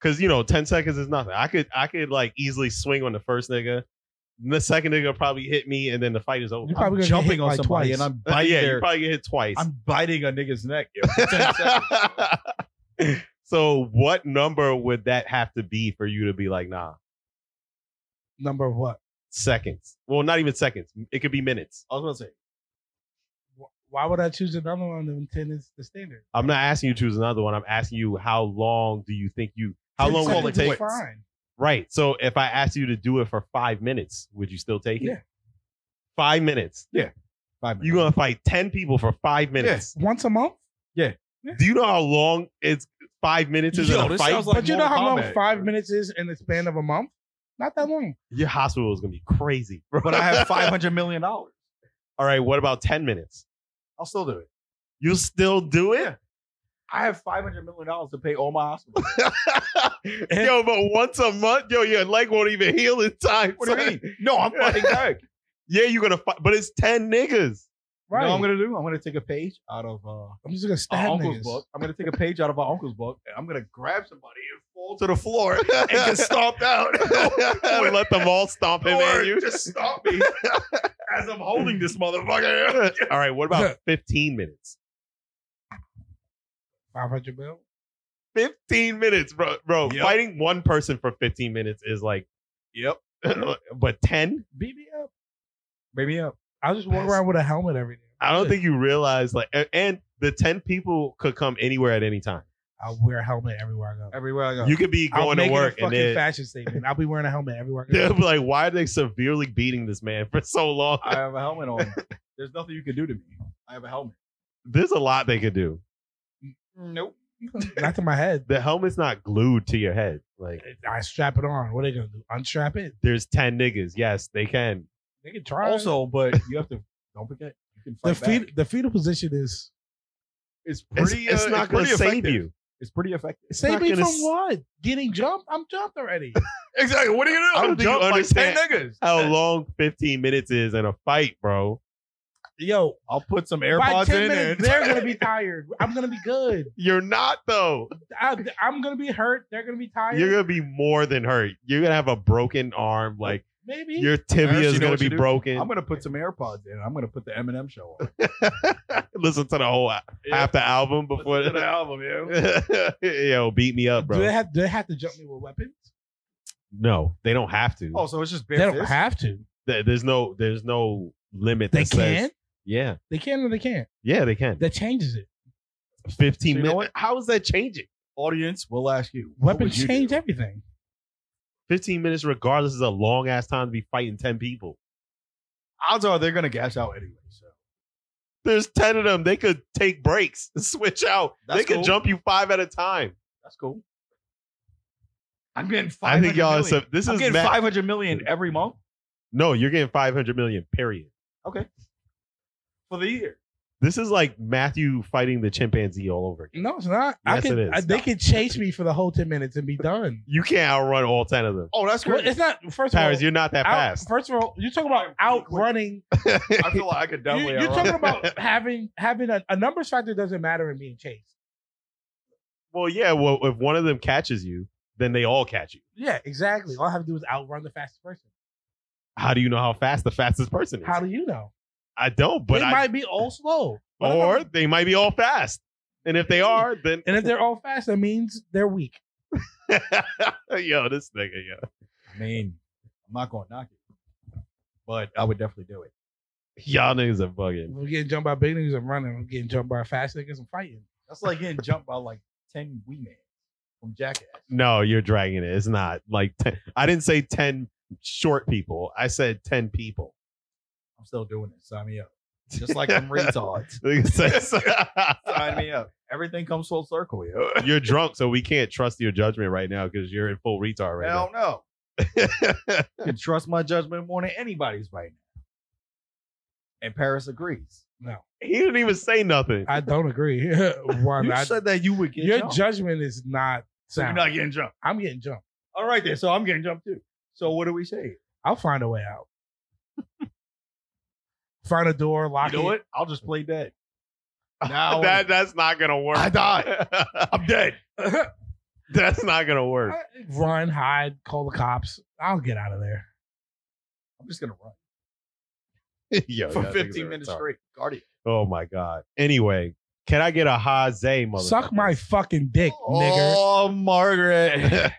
E: Because you know, 10 seconds is nothing. I could, I could like easily swing on the first nigga. And The second nigga probably hit me, and then the fight is over.
H: You're probably gonna get hit
F: jumping
H: by
F: on somebody
H: twice.
F: and I'm
E: Uh,
F: biting
E: yeah, you
F: their,
E: probably get hit twice.
F: I'm biting a nigga's neck. yo, for 10 seconds.
E: so, what number would that have to be for you to be like, nah,
H: Number of what?
E: seconds? Well, not even seconds. It could be minutes.
F: I was gonna say,
H: Wh- Why would I choose another one when ten is the standard?
E: I'm not asking you to choose another one. I'm asking you how long do you think you how
H: 10
E: long will it
H: seconds
E: take?
H: is Fine.
E: Right. So if I asked you to do it for five minutes, would you still take it?
H: Yeah.
E: Five minutes.
F: Yeah. five
E: You're gonna fight ten people for five minutes.
H: Once a month.
E: Do you know how long it's five minutes is
F: Yo,
E: in a
F: this
E: fight?
F: sounds like
H: but you know
F: Mortal
H: how long
F: Kombat.
H: five minutes is in the span of a month? Not that long.
E: Your hospital is gonna be crazy. bro.
F: But I have five hundred million dollars.
E: All right, what about ten minutes?
F: I'll still do it.
E: You still do it?
F: I have five hundred million dollars to pay all my hospitals.
E: yo, but once a month, yo, your leg won't even heal in time.
F: What do you mean? No, I'm fighting back.
E: Yeah, you're gonna fight, but it's ten niggas.
H: Right.
F: You know what
H: I'm,
F: I'm gonna do? I'm gonna take a page out of uh,
H: just gonna stab
F: our uncle's
H: niggas.
F: book. I'm gonna take a page out of our uncle's book, and I'm gonna grab somebody and fall to
D: to the floor and get stomped out.
B: Let them all stomp him
D: Or
B: at you.
D: just stomp me as I'm holding this motherfucker.
E: All right, what about 15 minutes?
H: Five hundred bill.
E: 15 minutes, bro. Bro,
D: Yep.
E: fighting one person for 15 minutes is like,
D: Yep.
E: but 10?
F: beat me up, beat me up.
H: I'll just walk around with a helmet every day.
E: I don't think you realize, like, a- and the 10 people could come anywhere at any time.
H: I'll wear a helmet everywhere I go.
F: Everywhere I go,
E: You could be
H: I'll
E: going
H: make
E: to
H: it
E: work
H: a
E: and
H: fucking
E: then
H: fashion statement. I'll be wearing a helmet everywhere I
E: they'll
H: go.
E: be like, why are they severely beating this man for so long?
F: I have a helmet on. There's nothing you can do to me. I have a helmet.
E: There's a lot they could do.
F: Nope.
H: Not to my head.
E: The helmet's not glued to your head. Like,
H: I strap it on. What are they gonna do? Unstrap it?
E: there's 10 niggas. Yes, they can.
H: They can try.
F: Also, but you have to. Don't forget, you can
H: the
F: fight back.
H: feet, the fetal position is
F: It's
E: It's,
F: pretty.
E: it's
F: uh,
E: not
F: it's
E: going
F: pretty
E: to save
F: effective.
E: you.
F: It's pretty effective.
H: save
E: not
H: me
E: gonna
H: from
E: s-
H: what? Getting jumped? I'm jumped already.
D: Exactly. What are you gonna do?
E: I don't think you
D: Jump like ten
E: understand
D: niggas.
E: How long 15 minutes is in a fight, bro?
H: Yo,
F: I'll put some
H: by
F: AirPods
H: ten
F: in and
H: minutes they're gonna be tired. I'm gonna be good.
E: You're not, though.
H: I, am gonna be hurt. They're gonna be tired.
E: you're gonna be more than hurt. You're gonna have a broken arm, like
H: Maybe
E: your
F: Nurse,
E: tibia
F: you
E: is
F: know
E: gonna
F: what
E: be
F: you do?
E: broken.
F: I'm gonna put some AirPods in. and I'm gonna put the Eminem show on.
E: Listen to the whole a- half the album before
D: the album, yo.
E: the yo beat me up,
H: Do they
E: bro.
H: have? Do they have to jump me with weapons?
E: No, they don't have to.
F: Oh, so it's just bare
H: Mm-hmm. They don't
F: fists?
H: have to.
E: There- There's no there's no limit.
H: They
E: that says-
H: can.
E: Yeah,
H: They can or they can't.
E: yeah, they can.
H: That changes it.
E: Fifteen
F: So you know
E: minutes. How is that changing?
F: audience. We'll ask you. what
H: Weapons
F: would you
H: change
F: do?
H: everything.
E: Fifteen minutes, regardless, is a long ass time to be fighting ten people.
F: Odds are they're gonna gas out anyway. So
E: There's ten of them. They could take breaks, switch out.
F: That's
E: they could
F: cool.
E: jump you five at a time.
F: that's cool.
D: I'm getting five.
E: I think y'all. Are so, this
F: I'm
E: is
F: getting
E: mad-
F: five hundred million every month
E: no. You're getting five hundred million. Period.
F: for the year.
E: This is like Matthew fighting the chimpanzee all over again.
H: No, it's not. I
E: Yes,
H: can.
E: it is.
H: I- they can chase me for the whole ten minutes and be done.
E: You can't outrun all ten of them.
F: Oh, that's
H: Well,
F: great.
H: it's not. First of all,
E: Powers, you're not that
H: out-
E: fast.
H: First of all, you talk about outrunning.
F: I feel like I could
H: You,
F: definitely.
H: you're
F: outrun-
H: talking about having having a, a numbers factor doesn't matter in being chased.
E: Well, yeah. Well, if one of them catches you, then they all catch you.
H: Yeah, exactly. All I have to do is outrun the fastest person.
E: How do you know how fast the fastest person is?
H: How do you know?
E: I don't, but
H: they
E: I,
H: might be all slow. What if
E: or
H: I'm-
E: they might be all fast. And if they are, then
H: and if they're all fast, that means they're weak.
E: yo, this nigga, yo,
F: I mean, I'm not gonna knock it, but I would definitely do it.
E: y'all niggas are
H: If
E: bugging.
H: I'm getting jumped by big niggas, I'm running. If I'm getting jumped by fast niggas, I'm fighting.
F: That's like getting jumped by like ten wee men from Jackass.
E: No, you're dragging it. It's not like 10, I didn't say ten short people. I said ten people.
F: I'm still doing it. Sign me up. Just like them retards. Sign me up. Everything comes full circle. Yo.
E: you're drunk, so we can't trust your judgment right now because you're in full retard right
F: Hell no.
E: now.
F: You can trust my judgment more than anybody's right now. And Paris agrees.
H: No,
E: he didn't even say nothing.
H: I don't agree. One,
F: you
H: I-
F: said that you would get
H: your
F: jumped.
H: judgment is not
D: So you're
H: sound.
D: not getting jumped.
H: I'm getting jumped.
F: All right, then. So I'm getting jumped too. So what do we say?
H: I'll find a way out. find a door, lock
F: You know
H: it.
F: what? I'll just play dead. Now
E: that that's not gonna work.
D: I died. I'm dead.
E: that's not gonna work.
H: Run, hide, call the cops. I'll get out of there.
F: I'm just gonna run
E: Yo,
F: for
E: y'all niggas
F: 15
E: are
F: minutes
E: retarded.
F: straight. Guardian.
E: Oh my god. Anyway, can I get a Jose mother?
H: Suck my fucking dick, nigger.
F: Oh, Margaret.